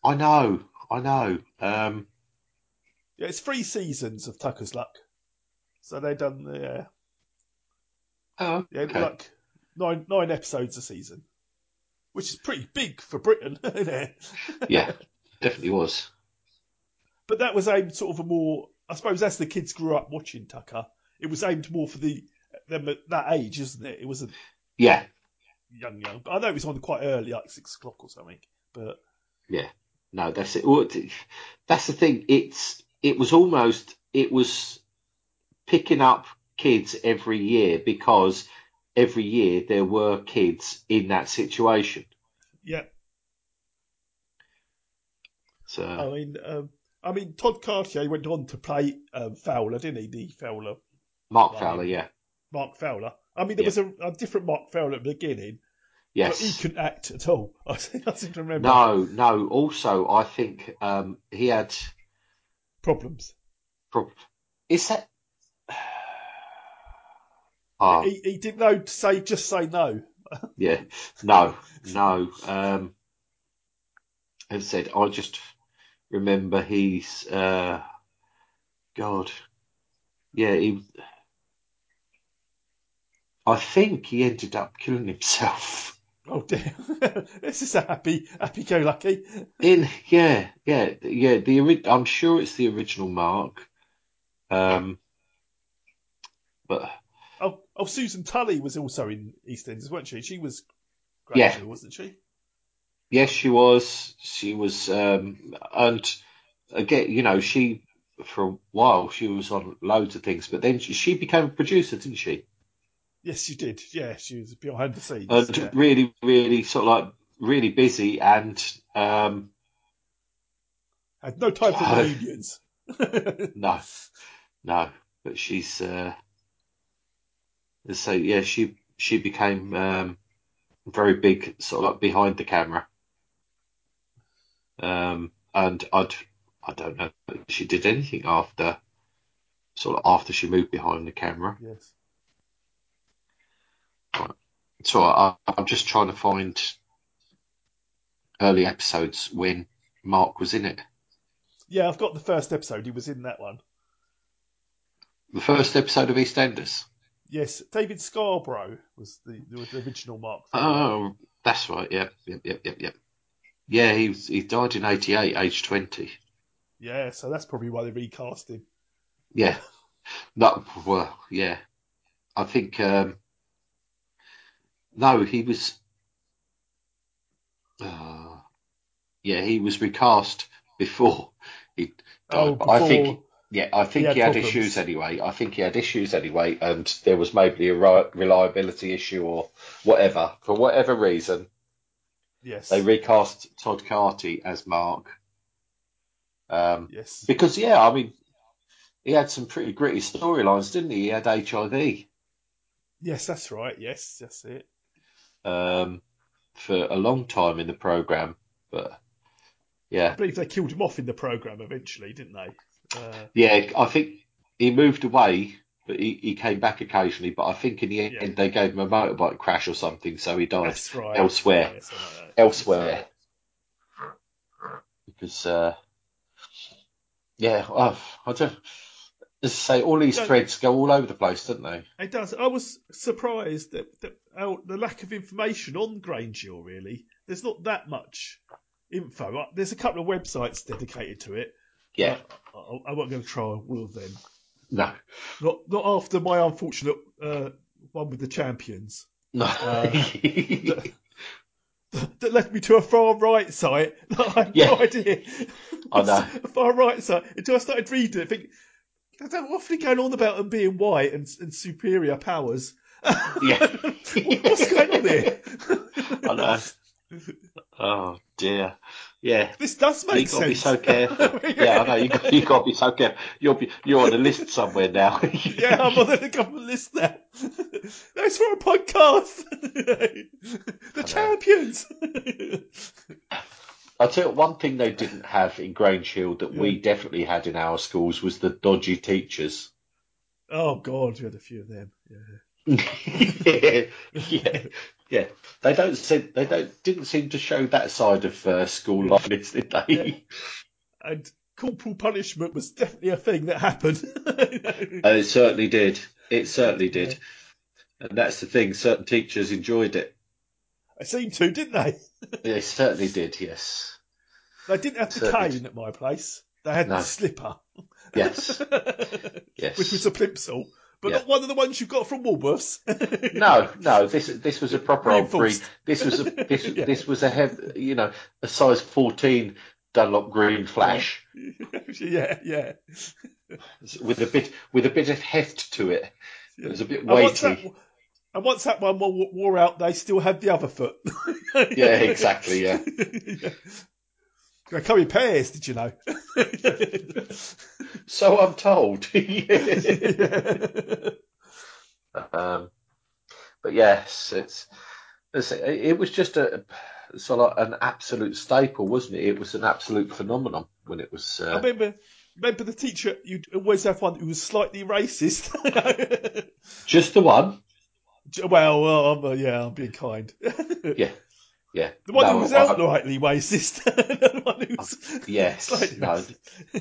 Speaker 3: I know, I know. Um,
Speaker 2: Yeah, it's three seasons of Tucker's Luck, so they've done yeah,
Speaker 3: oh,
Speaker 2: yeah,
Speaker 3: okay.
Speaker 2: like nine nine episodes a season, which is pretty big for Britain. [laughs] isn't it?
Speaker 3: yeah, definitely was.
Speaker 2: But that was aimed sort of a more, I suppose, as the kids grew up watching Tucker, it was aimed more for the them at that age, isn't it? It wasn't
Speaker 3: Yeah,
Speaker 2: young young. But I know it was on quite early, like six o'clock or something. But
Speaker 3: Yeah, no, that's it. Well, it- That's the thing. It's it was almost it was picking up kids every year because every year there were kids in that situation.
Speaker 2: yeah,
Speaker 3: So
Speaker 2: I mean, um, I mean, Todd Cartier went on to play um, Fowler, didn't he? The Fowler,
Speaker 3: Mark
Speaker 2: Right.
Speaker 3: Fowler, yeah,
Speaker 2: Mark Fowler. I mean, there was a, a different Mark Fowler at the beginning, but he
Speaker 3: yes.
Speaker 2: couldn't act at all. [laughs] I seem I seem to remember
Speaker 3: No, no. Also, I think um, he had.
Speaker 2: problems.
Speaker 3: prob- Is that? Ah,
Speaker 2: He, he didn't know to say just say no.
Speaker 3: yeah. No, no. Um, as I said, I just remember he's uh, God. Yeah, he. I think he ended up killing himself.
Speaker 2: Oh dear, [laughs] this is a happy happy go lucky.
Speaker 3: In yeah, yeah, yeah. The ori- I'm sure it's the original Mark. Um, but
Speaker 2: Oh, oh, Susan Tully was also in EastEnders, wasn't she? She was
Speaker 3: Yeah.
Speaker 2: graduate, wasn't she?
Speaker 3: Yes, she was. She was, um, and again, you know, she for a while she was on loads of things, but then she, she became a producer, didn't she?
Speaker 2: Yes, she did. Yeah, she was behind the scenes.
Speaker 3: And
Speaker 2: yeah.
Speaker 3: really, really sort of like really busy, and um,
Speaker 2: Had no
Speaker 3: [laughs]
Speaker 2: time for reunions. [laughs]
Speaker 3: no, no, but she's uh, so yeah, she she became um, very big, sort of like behind the camera, um, and I'd I don't know if she did anything after, sort of after she moved behind the camera.
Speaker 2: yes.
Speaker 3: So I, I'm just trying to find early episodes when Mark was in it.
Speaker 2: Yeah, I've got the first episode. He was in that one.
Speaker 3: The first episode of EastEnders.
Speaker 2: Yes, David Scarborough was the, was the original Mark.
Speaker 3: Oh, that's right. Yep, yep, yep, yep, yep. Yeah, he was, he died in '88, age 20.
Speaker 2: Yeah, so that's probably why they recast him.
Speaker 3: Yeah. No, well, yeah. I think um, no, he was. Uh, yeah, he was recast before he died.
Speaker 2: Oh,
Speaker 3: But I think,
Speaker 2: before-
Speaker 3: yeah, I think
Speaker 2: he had
Speaker 3: he had
Speaker 2: problems.
Speaker 3: issues anyway. I think he had issues anyway, and there was maybe a ri- reliability issue or whatever. For whatever reason,
Speaker 2: Yes.
Speaker 3: they recast Todd Carty as Mark. Um,
Speaker 2: Yes.
Speaker 3: because yeah, I mean, he had some pretty gritty storylines, didn't he? He had HIV
Speaker 2: yes, that's right. Yes, that's it.
Speaker 3: um, for a long time in the program, but
Speaker 2: I
Speaker 3: yeah,
Speaker 2: believe they killed him off in the program eventually, didn't they? Uh,
Speaker 3: yeah, I think he moved away But he, he came back occasionally, but I think in the end
Speaker 2: Yeah.
Speaker 3: they gave him a motorbike crash or something, so he died
Speaker 2: That's right.
Speaker 3: elsewhere.
Speaker 2: Yeah, something like that.
Speaker 3: elsewhere. Because, uh, yeah, oh, I don't. As I say, all these
Speaker 2: Don't-
Speaker 3: threads go all over the place, don't they?
Speaker 2: It does. I was surprised that, that how, the lack of information on Grange Hill, really. There's not that much info. Uh, There's a couple of websites dedicated to it.
Speaker 3: Yeah.
Speaker 2: I, I, I wasn't going to try all of them.
Speaker 3: No.
Speaker 2: Not not after my unfortunate uh, one with the champions.
Speaker 3: No.
Speaker 2: Uh, that, that led me to a far right site that I had
Speaker 3: Yeah.
Speaker 2: no idea.
Speaker 3: I know.
Speaker 2: A [laughs] far right site until I started reading it. Think they're awfully going on about them being white and, and superior powers.
Speaker 3: [laughs] Yeah. [laughs]
Speaker 2: What's going on here?
Speaker 3: I know. Oh dear. Yeah.
Speaker 2: This does make
Speaker 3: You've got to be
Speaker 2: sense. [laughs]
Speaker 3: so careful. yeah, I know. You've got, you've got to be so careful. You'll be, you're on a list somewhere now. [laughs]
Speaker 2: Yeah, I'm on the [laughs] government list now. That's for a podcast. [laughs] the champions. [laughs]
Speaker 3: I'll tell you one thing they didn't have in Grange Hill that we definitely had in our schools was the dodgy teachers.
Speaker 2: oh God, we had a few of them. Yeah.
Speaker 3: [laughs] yeah, yeah, yeah. They don't seem, they don't didn't seem to show that side of uh, school life, [laughs] did they?
Speaker 2: And corporal punishment was definitely a thing that happened. [laughs]
Speaker 3: Uh, it certainly did. It certainly did. And that's the thing. Certain teachers enjoyed it.
Speaker 2: I seemed to, didn't they?
Speaker 3: They certainly did. Yes.
Speaker 2: They didn't have the
Speaker 3: Certainly.
Speaker 2: cane at my place. They had
Speaker 3: No.
Speaker 2: the slipper, [laughs]
Speaker 3: Yes. yes.
Speaker 2: which was a plimsoll, but
Speaker 3: Yeah.
Speaker 2: not one of the ones you got from Woolworths. [laughs]
Speaker 3: [laughs] No, no. This this was a proper old green.
Speaker 2: Reinforced. [laughs]
Speaker 3: This was a this this was a heavy, you know, a size fourteen Dunlop green flash
Speaker 2: yeah, yeah.
Speaker 3: with a bit with a bit of heft to it. It was a bit
Speaker 2: And once, that,
Speaker 3: weighty.
Speaker 2: and once that one wore, wore out, they still had the other foot. [laughs]
Speaker 3: Yeah, exactly. Yeah.
Speaker 2: They come in pairs, did you know? [laughs]
Speaker 3: So I'm told. [laughs] um, but yes, it's, it's it was just a sort of an absolute staple, wasn't it? It was an absolute phenomenon when it was.
Speaker 2: I
Speaker 3: Uh,
Speaker 2: remember, remember the teacher, you'd always have one who was slightly racist. [laughs]
Speaker 3: just the one.
Speaker 2: well, well I'm, uh, yeah, I'm being kind.
Speaker 3: Yeah. Yeah.
Speaker 2: The one who
Speaker 3: No,
Speaker 2: was
Speaker 3: I-
Speaker 2: outrightly racist. [laughs] the one who
Speaker 3: [laughs]
Speaker 2: was [laughs]
Speaker 3: Yes.
Speaker 2: slightly
Speaker 3: no.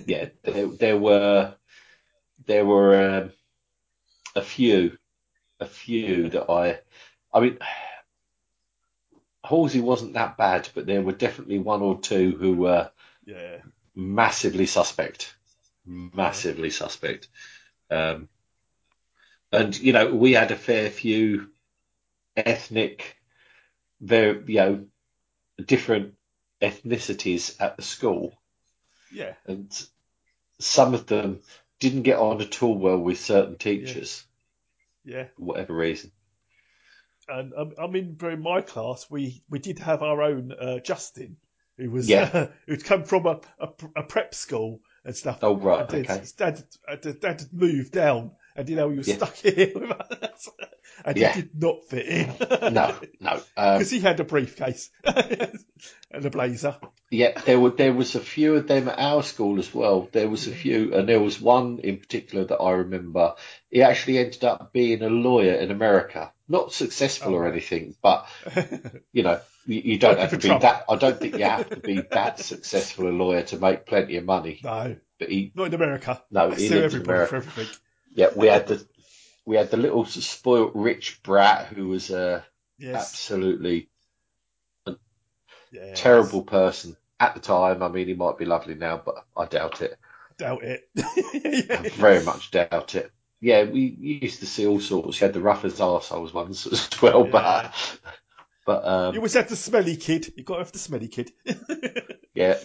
Speaker 3: yeah. There, there were there were um, a few a few that I I mean Halsey wasn't that bad, but there were definitely one or two who were
Speaker 2: Yeah.
Speaker 3: massively suspect, massively suspect. Um, and you know, we had a fair few ethnic, very you know, different ethnicities at the school,
Speaker 2: Yeah.
Speaker 3: and some of them didn't get on at all well with certain teachers
Speaker 2: Yeah.
Speaker 3: for whatever reason.
Speaker 2: And um, I mean, in my class, we, we did have our own uh, Justin, who was
Speaker 3: Yeah.
Speaker 2: [laughs] who'd come from a, a, a prep school and stuff.
Speaker 3: Oh, right,
Speaker 2: And his
Speaker 3: okay.
Speaker 2: Dad, had- his dad had moved down, and you know he was
Speaker 3: Yeah.
Speaker 2: stuck [laughs] here with us, and
Speaker 3: Yeah.
Speaker 2: he did not fit in.
Speaker 3: [laughs]
Speaker 2: [laughs]
Speaker 3: No, no. Um,
Speaker 2: because he had a briefcase [laughs] and a blazer.
Speaker 3: Yeah, there were there was a few of them at our school as well. There was a
Speaker 2: Mm-hmm.
Speaker 3: few, and there was one in particular that I remember. He actually ended up being a lawyer in America, not successful or anything,
Speaker 2: [laughs]
Speaker 3: but you know, you, you don't
Speaker 2: Working
Speaker 3: have to
Speaker 2: Oh, for
Speaker 3: be
Speaker 2: Trump.
Speaker 3: that. I don't think you have to
Speaker 2: [laughs]
Speaker 3: be that successful a lawyer to make plenty of money.
Speaker 2: No,
Speaker 3: But he,
Speaker 2: not in America.
Speaker 3: No,
Speaker 2: I
Speaker 3: he
Speaker 2: sue
Speaker 3: lives in
Speaker 2: everybody
Speaker 3: America.
Speaker 2: for everything.
Speaker 3: yeah, we had the we had the little spoilt rich brat who was a
Speaker 2: Yes,
Speaker 3: absolutely
Speaker 2: yeah,
Speaker 3: terrible person at the time. I mean, he might be lovely now, but I doubt it.
Speaker 2: Doubt it. [laughs]
Speaker 3: I very much doubt it. Yeah, we used to see all sorts. You had the rough as arseholes ones [laughs] as well, but but
Speaker 2: you
Speaker 3: um,
Speaker 2: always had the smelly kid. You got to have the smelly kid.
Speaker 3: yeah,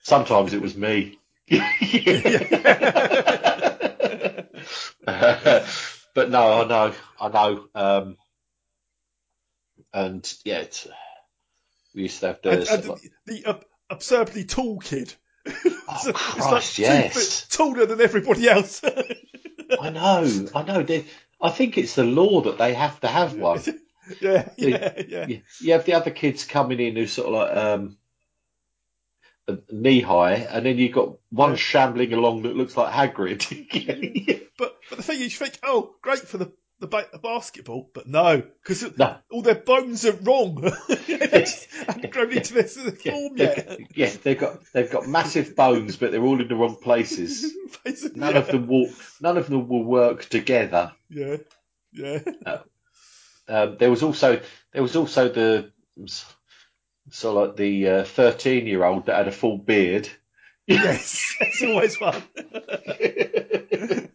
Speaker 3: sometimes it was me. [laughs] but no, I know, I know. Um, and yeah, it's, we used to have
Speaker 2: and,
Speaker 3: the
Speaker 2: and the, the ab- absurdly tall kid. It's like-
Speaker 3: Oh, Christ,
Speaker 2: two
Speaker 3: yes.
Speaker 2: foot taller than everybody else. [laughs]
Speaker 3: I know, I know. They, I think it's the law that they have to have one.
Speaker 2: yeah,
Speaker 3: You-
Speaker 2: yeah, yeah.
Speaker 3: you, you have the other kids coming in who sort of like um knee high, and then you've got one shambling along that looks like Hagrid. [laughs]
Speaker 2: But but the thing is, you think, oh, great for the the, ba- the basketball, but no, because all their bones are wrong. [laughs] they just [laughs] haven't grown into this form yet.
Speaker 3: yeah, they've got they've got massive bones, but they're all in the wrong places.
Speaker 2: [laughs] Basically,
Speaker 3: None of
Speaker 2: yeah.
Speaker 3: them will none of them will work together.
Speaker 2: [laughs] Yeah,
Speaker 3: [laughs]
Speaker 2: yeah.
Speaker 3: Um, there was also there was also the so like the thirteen year old that had a full beard.
Speaker 2: [laughs] Yes, it's always one.
Speaker 3: [laughs]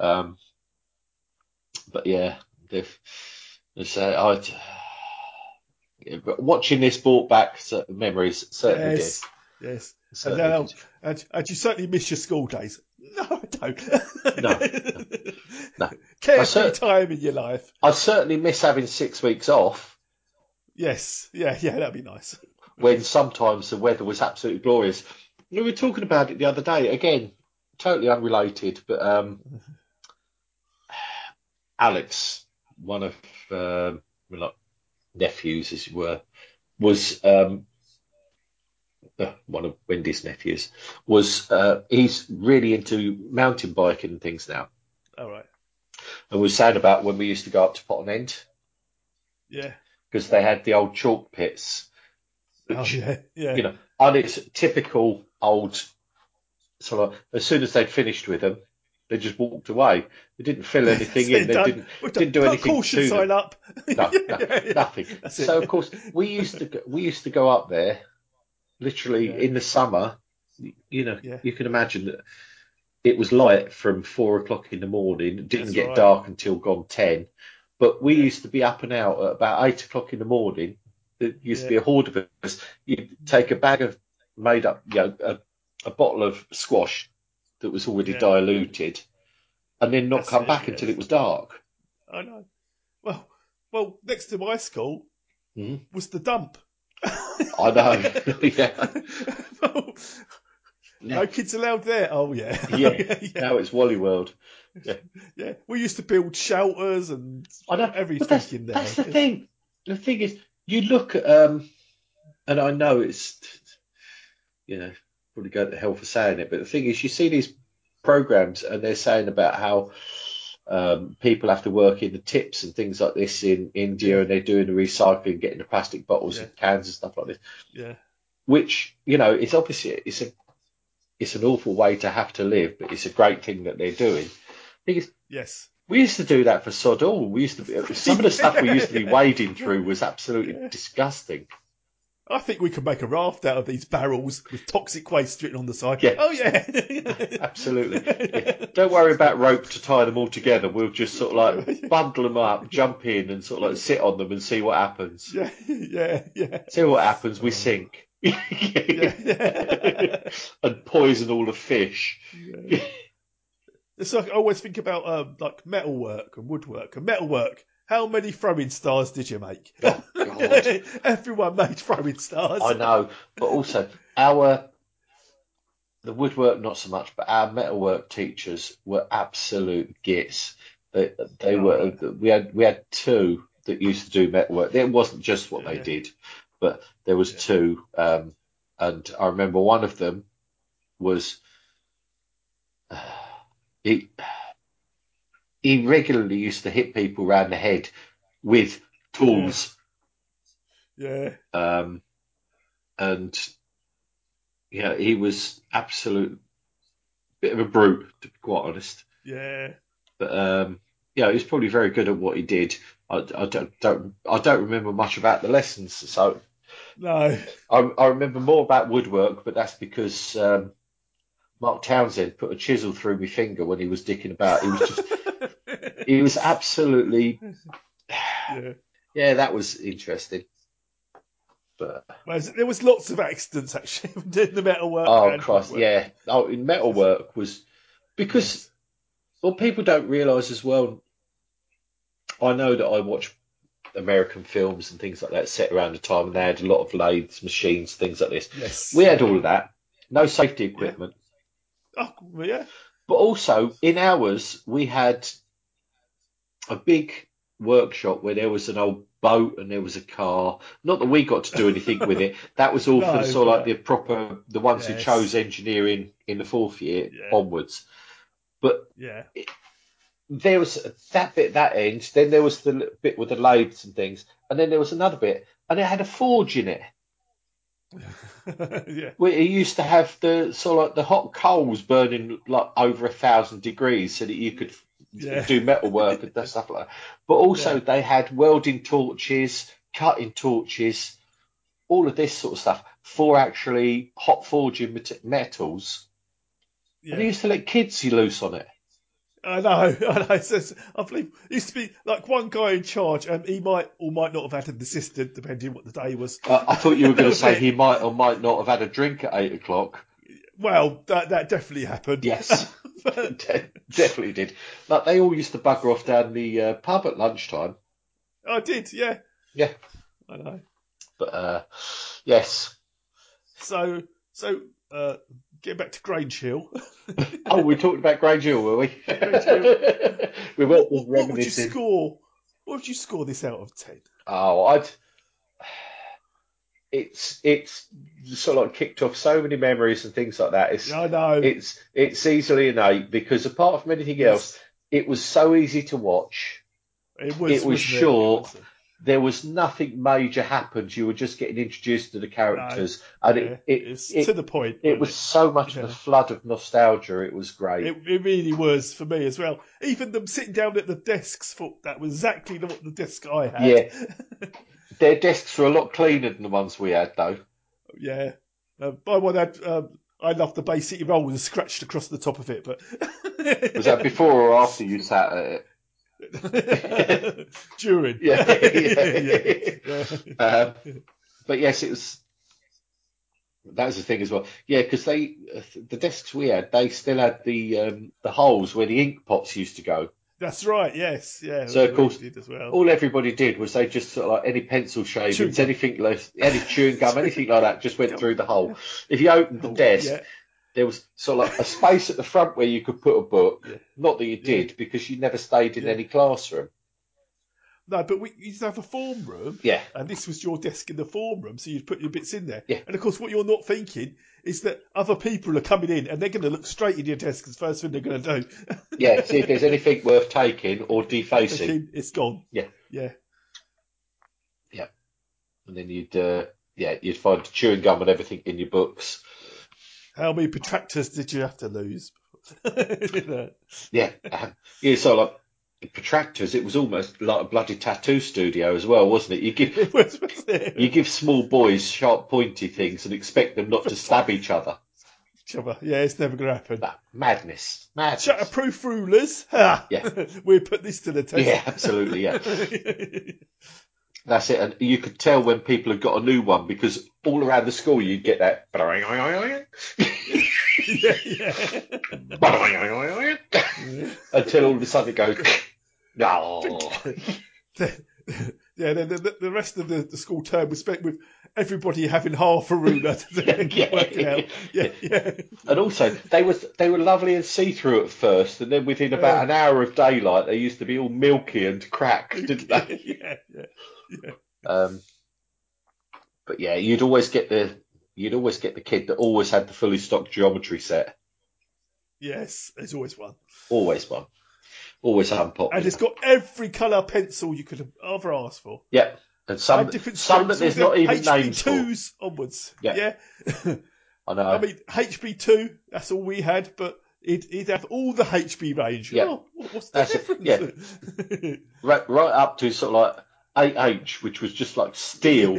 Speaker 3: Um, but yeah, they've, they say I. Yeah, but watching this brought back certain memories. Certainly
Speaker 2: yes, yes. And,
Speaker 3: Certainly
Speaker 2: now, and, and you certainly miss your school days. [laughs] No, I don't.
Speaker 3: did. No,
Speaker 2: [laughs]
Speaker 3: no. I,
Speaker 2: Carefree
Speaker 3: cer-
Speaker 2: time in your life.
Speaker 3: I certainly miss having six weeks off
Speaker 2: Yes, yeah, yeah, that'd be nice.
Speaker 3: when sometimes the weather was absolutely glorious. We were talking about it the other day. Again, totally unrelated, but um, Alex, one of um, well, not nephews, as it were, was um, uh, one of Wendy's nephews. Was uh, he's really into mountain biking and things now,
Speaker 2: All right.
Speaker 3: and was saying about when we used to go up to Potton End
Speaker 2: Yeah.
Speaker 3: because they had the old chalk pits,
Speaker 2: Oh, yeah. Yeah.
Speaker 3: you know, and it's typical old. So like, as soon as they'd finished with them, they just walked away. They
Speaker 2: [laughs]
Speaker 3: didn't fill anything in. They
Speaker 2: Done.
Speaker 3: didn't
Speaker 2: We're done.
Speaker 3: didn't do
Speaker 2: Put a
Speaker 3: anything
Speaker 2: caution
Speaker 3: to
Speaker 2: sign
Speaker 3: them.
Speaker 2: up.
Speaker 3: [laughs] No, no, [laughs]
Speaker 2: [laughs]
Speaker 3: nothing. So of course we used to go, we used to go up there, literally in the summer. y- You know, you can imagine that it was light from four o'clock in the morning. It didn't
Speaker 2: That's
Speaker 3: get
Speaker 2: right.
Speaker 3: dark until gone ten. But we used to be up and out at about eight o'clock in the morning. There used to be a horde of us. You'd take a bag of made up, you know, a, a bottle of squash that was already
Speaker 2: Yeah.
Speaker 3: diluted, and then not
Speaker 2: That's
Speaker 3: come
Speaker 2: it,
Speaker 3: back
Speaker 2: yes.
Speaker 3: until it was dark.
Speaker 2: I know. Well, well, next to my school
Speaker 3: hmm
Speaker 2: was the dump. [laughs]
Speaker 3: I know. [laughs] yeah.
Speaker 2: [laughs] No kids allowed there. Oh [laughs] yeah.
Speaker 3: yeah. [laughs] Now it's Wally World. Yeah.
Speaker 2: yeah. We used to build shelters and everything in there.
Speaker 3: That's the thing. The thing is, you look at um, and I know it's, you know, probably go to hell for saying it, but the thing is, you see these programs and they're saying about how um, people have to work in the tips and things like this in India, and they're doing the recycling, getting the plastic bottles and cans and stuff like this,
Speaker 2: Yeah.
Speaker 3: which you know, it's obviously it's a it's an awful way to have to live, but it's a great thing that they're doing. The thing is,
Speaker 2: Yes.
Speaker 3: we used to do that for sod all. We used to be, some of the stuff we used to be wading through was absolutely disgusting.
Speaker 2: I think we could make a raft out of these barrels with toxic waste written on the side.
Speaker 3: Yeah.
Speaker 2: Oh yeah. [laughs]
Speaker 3: Absolutely. Yeah. Don't worry about rope to tie them all together. We'll just sort of like bundle them up, jump in, and sort of like sit on them and see what happens.
Speaker 2: yeah. Yeah. Yeah.
Speaker 3: See what happens. We sink [laughs] and poison all the fish.
Speaker 2: It's like I always think about um, like metalwork and woodwork and metalwork. How many throwing stars did you make? [laughs] Everyone made throwing stars.
Speaker 3: I know, but also our the woodwork not so much, but our metalwork teachers were absolute gits. They they were we had we had two that used to do metalwork. It wasn't just what they did, but there was two, um, and I remember one of them was [sighs] he he regularly used to hit people round the head with tools
Speaker 2: Yeah.
Speaker 3: um, and yeah, he was absolute bit of a brute to be quite honest.
Speaker 2: Yeah.
Speaker 3: But um, yeah, he was probably very good at what he did. I, I don't, don't I don't remember much about the lessons, so
Speaker 2: No. [laughs]
Speaker 3: I, I remember more about woodwork, but that's because um, Mark Townsend put a chisel through my finger when he was dicking about. He was just he was absolutely
Speaker 2: Yeah.
Speaker 3: yeah, that was interesting. But
Speaker 2: Well, there was lots of accidents actually [laughs] in the metalwork.
Speaker 3: Oh
Speaker 2: and
Speaker 3: Christ,
Speaker 2: woodwork.
Speaker 3: yeah. Oh, in metalwork was because well, people don't realise as well. I know that I watch American films and things like that set around the time, and they had a lot of lathes, machines, things like this.
Speaker 2: Yes.
Speaker 3: We had all of that. No safety equipment,
Speaker 2: Oh, well, yeah.
Speaker 3: but also in ours we had a big workshop where there was an old boat and there was a car. Not that we got to do anything
Speaker 2: [laughs]
Speaker 3: with it. That was all for
Speaker 2: No,
Speaker 3: the, sort of like
Speaker 2: but-
Speaker 3: the proper the ones who
Speaker 2: Yes.
Speaker 3: chose engineering in the fourth year
Speaker 2: Yeah.
Speaker 3: onwards. But
Speaker 2: Yeah. [laughs]
Speaker 3: there was that bit that end. Then there was the l- bit with the lathes and things, and then there was another bit, and it had a forge in it.
Speaker 2: yeah.
Speaker 3: Well, it used to have the sort of like the hot coals burning like over a thousand degrees, so that you could
Speaker 2: Yeah.
Speaker 3: do metal work and that stuff like that. But also,
Speaker 2: Yeah.
Speaker 3: they had welding torches, cutting torches, all of this sort of stuff for actually hot forging met- metals. And they used to let kids loose on it.
Speaker 2: I know, [laughs] I know. It's, it's, I believe it used to be like one guy in charge, and he might or might not have had an assistant, depending what the day was.
Speaker 3: Uh, I thought you were going to say
Speaker 2: Yeah.
Speaker 3: he might or might not have had a drink at eight o'clock.
Speaker 2: Well, that that definitely happened.
Speaker 3: Yes, [laughs] De- definitely did. Like they all used to bugger off down the uh, pub at lunchtime.
Speaker 2: [laughs] I did, yeah,
Speaker 3: Yeah,
Speaker 2: I know.
Speaker 3: but uh, yes.
Speaker 2: So, so uh, getting back to Grange Hill,
Speaker 3: Oh, we talked about Grange Hill, were we?
Speaker 2: Grange Hill.
Speaker 3: we [laughs] were
Speaker 2: [laughs] what, what would you
Speaker 3: reminiscing.
Speaker 2: score? What would you score this out of ten?
Speaker 3: Oh, I'd. [sighs] It's it's sort of like kicked off so many memories and things like that. It's
Speaker 2: I know.
Speaker 3: it's it's easily an eight because apart from anything else, it was so easy to watch.
Speaker 2: It
Speaker 3: it was
Speaker 2: wasn't
Speaker 3: short. There was nothing major happened. You were just getting introduced to the characters, and
Speaker 2: yeah,
Speaker 3: it, it,
Speaker 2: it's
Speaker 3: it
Speaker 2: to the point.
Speaker 3: It was so much of a flood of nostalgia. It was great.
Speaker 2: It, it really was for me as well. Even them sitting down at the desks, thought that was exactly the- what the desk I had.
Speaker 3: yeah, their desks were a lot cleaner than the ones we had, though.
Speaker 2: Yeah. Um, I one had, um, I loved the Bay City roll and scratched across the top of it, but [laughs]
Speaker 3: Was that before or after you sat at it?
Speaker 2: [laughs] during.
Speaker 3: [laughs] Yeah.
Speaker 2: [laughs] Yeah. [laughs]
Speaker 3: Um, but yes, it was. That was the thing as well. Yeah, because they the desks we had, they still had the um, the holes where the ink pots used to go.
Speaker 2: That's right. Yes. Yeah.
Speaker 3: So, of
Speaker 2: we
Speaker 3: course, oh,
Speaker 2: did as well.
Speaker 3: All everybody did was they just sort of like any pencil shavings,
Speaker 2: gum.
Speaker 3: anything less, any chewing gum, anything like that, just went through the hole. If you opened the desk,
Speaker 2: Oh, yeah.
Speaker 3: there was sort of like a space at the front where you could put a book. Not that you did because you never stayed in any classroom.
Speaker 2: No, but we you used to have a form room.
Speaker 3: Yeah.
Speaker 2: And this was your desk in the form room, so you'd put your bits in there.
Speaker 3: Yeah.
Speaker 2: And of course, what you're not thinking is that other people are coming in and they're going to look straight in your desk as first thing they're going to do.
Speaker 3: Yeah, see if there's anything worth taking or
Speaker 2: [laughs]
Speaker 3: defacing.
Speaker 2: Thinking, it's gone.
Speaker 3: Yeah,
Speaker 2: Yeah.
Speaker 3: yeah. And then you'd uh, yeah you'd find chewing gum and everything in your books.
Speaker 2: How many protractors did you have to lose? [laughs] You know. [laughs]
Speaker 3: Yeah, um, yeah. So like the protractors, it was almost like a bloody tattoo studio as well, wasn't it? You give you give small boys sharp pointy things and expect them not to stab each other.
Speaker 2: Chubba, Yeah, it's never going to happen.
Speaker 3: Madness. Madness.
Speaker 2: Shutterproof rulers. Ha! [laughs]
Speaker 3: Yeah.
Speaker 2: we put this to the test.
Speaker 3: Yeah, absolutely. Yeah, that's it. And you could tell when people had got a new one because all around the school you'd get that.
Speaker 2: [laughs]
Speaker 3: [laughs]
Speaker 2: yeah, yeah.
Speaker 3: Until all of a sudden it goes. [laughs]
Speaker 2: [laughs]
Speaker 3: No.
Speaker 2: Yeah, then the, the rest of the, the school term was spent with everybody having half a [laughs] ruler to work it out. Yeah,
Speaker 3: [laughs]
Speaker 2: yeah.
Speaker 3: And also, they was they were lovely and see through at first, and then within about
Speaker 2: Yeah.
Speaker 3: an hour of daylight, they used to be all milky and cracked,
Speaker 2: [laughs]
Speaker 3: didn't they?
Speaker 2: yeah, yeah, yeah.
Speaker 3: Um, but yeah, you'd always get the you'd always get the kid that always had the fully stocked geometry set,
Speaker 2: Yes, there's always one.
Speaker 3: always one, always unpopular.
Speaker 2: And it's got every colour pencil you could ever ask for.
Speaker 3: yeah, and some
Speaker 2: And different
Speaker 3: some that
Speaker 2: strengths,
Speaker 3: there's
Speaker 2: all
Speaker 3: not
Speaker 2: the
Speaker 3: even
Speaker 2: HB2s
Speaker 3: names for.
Speaker 2: onwards.
Speaker 3: Yeah.
Speaker 2: Yeah.
Speaker 3: I know.
Speaker 2: I mean, HB2, that's all we had, but it, it'd have all the HB range.
Speaker 3: Yeah.
Speaker 2: Oh, what- what's the
Speaker 3: That's it,
Speaker 2: difference? [laughs]
Speaker 3: right, right up to sort of like AH, which was just
Speaker 2: [laughs]
Speaker 3: like steel.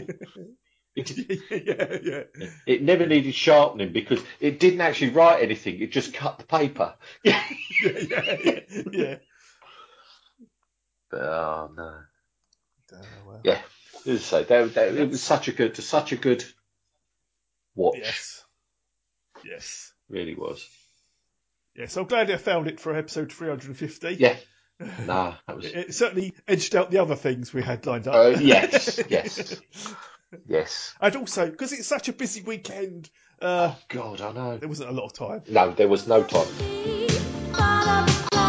Speaker 2: yeah, yeah.
Speaker 3: It never needed sharpening because it didn't actually write anything. It just cut the paper.
Speaker 2: yeah, yeah, yeah, yeah.
Speaker 3: But, oh no.
Speaker 2: Oh, well.
Speaker 3: Yeah. As I say, that, that, it was such a good, such a good watch.
Speaker 2: Yes. Yes.
Speaker 3: Really was.
Speaker 2: Yes, I'm glad I found it for episode 350.
Speaker 3: [laughs] Yeah. Nah, that was.
Speaker 2: It, it certainly edged out the other things we had lined up.
Speaker 3: Uh, yes, [laughs] yes, yes.
Speaker 2: [laughs] and also, because it's such a busy weekend, uh,
Speaker 3: God, I know.
Speaker 2: there wasn't a lot of time.
Speaker 3: No, there was no time.
Speaker 8: Bye.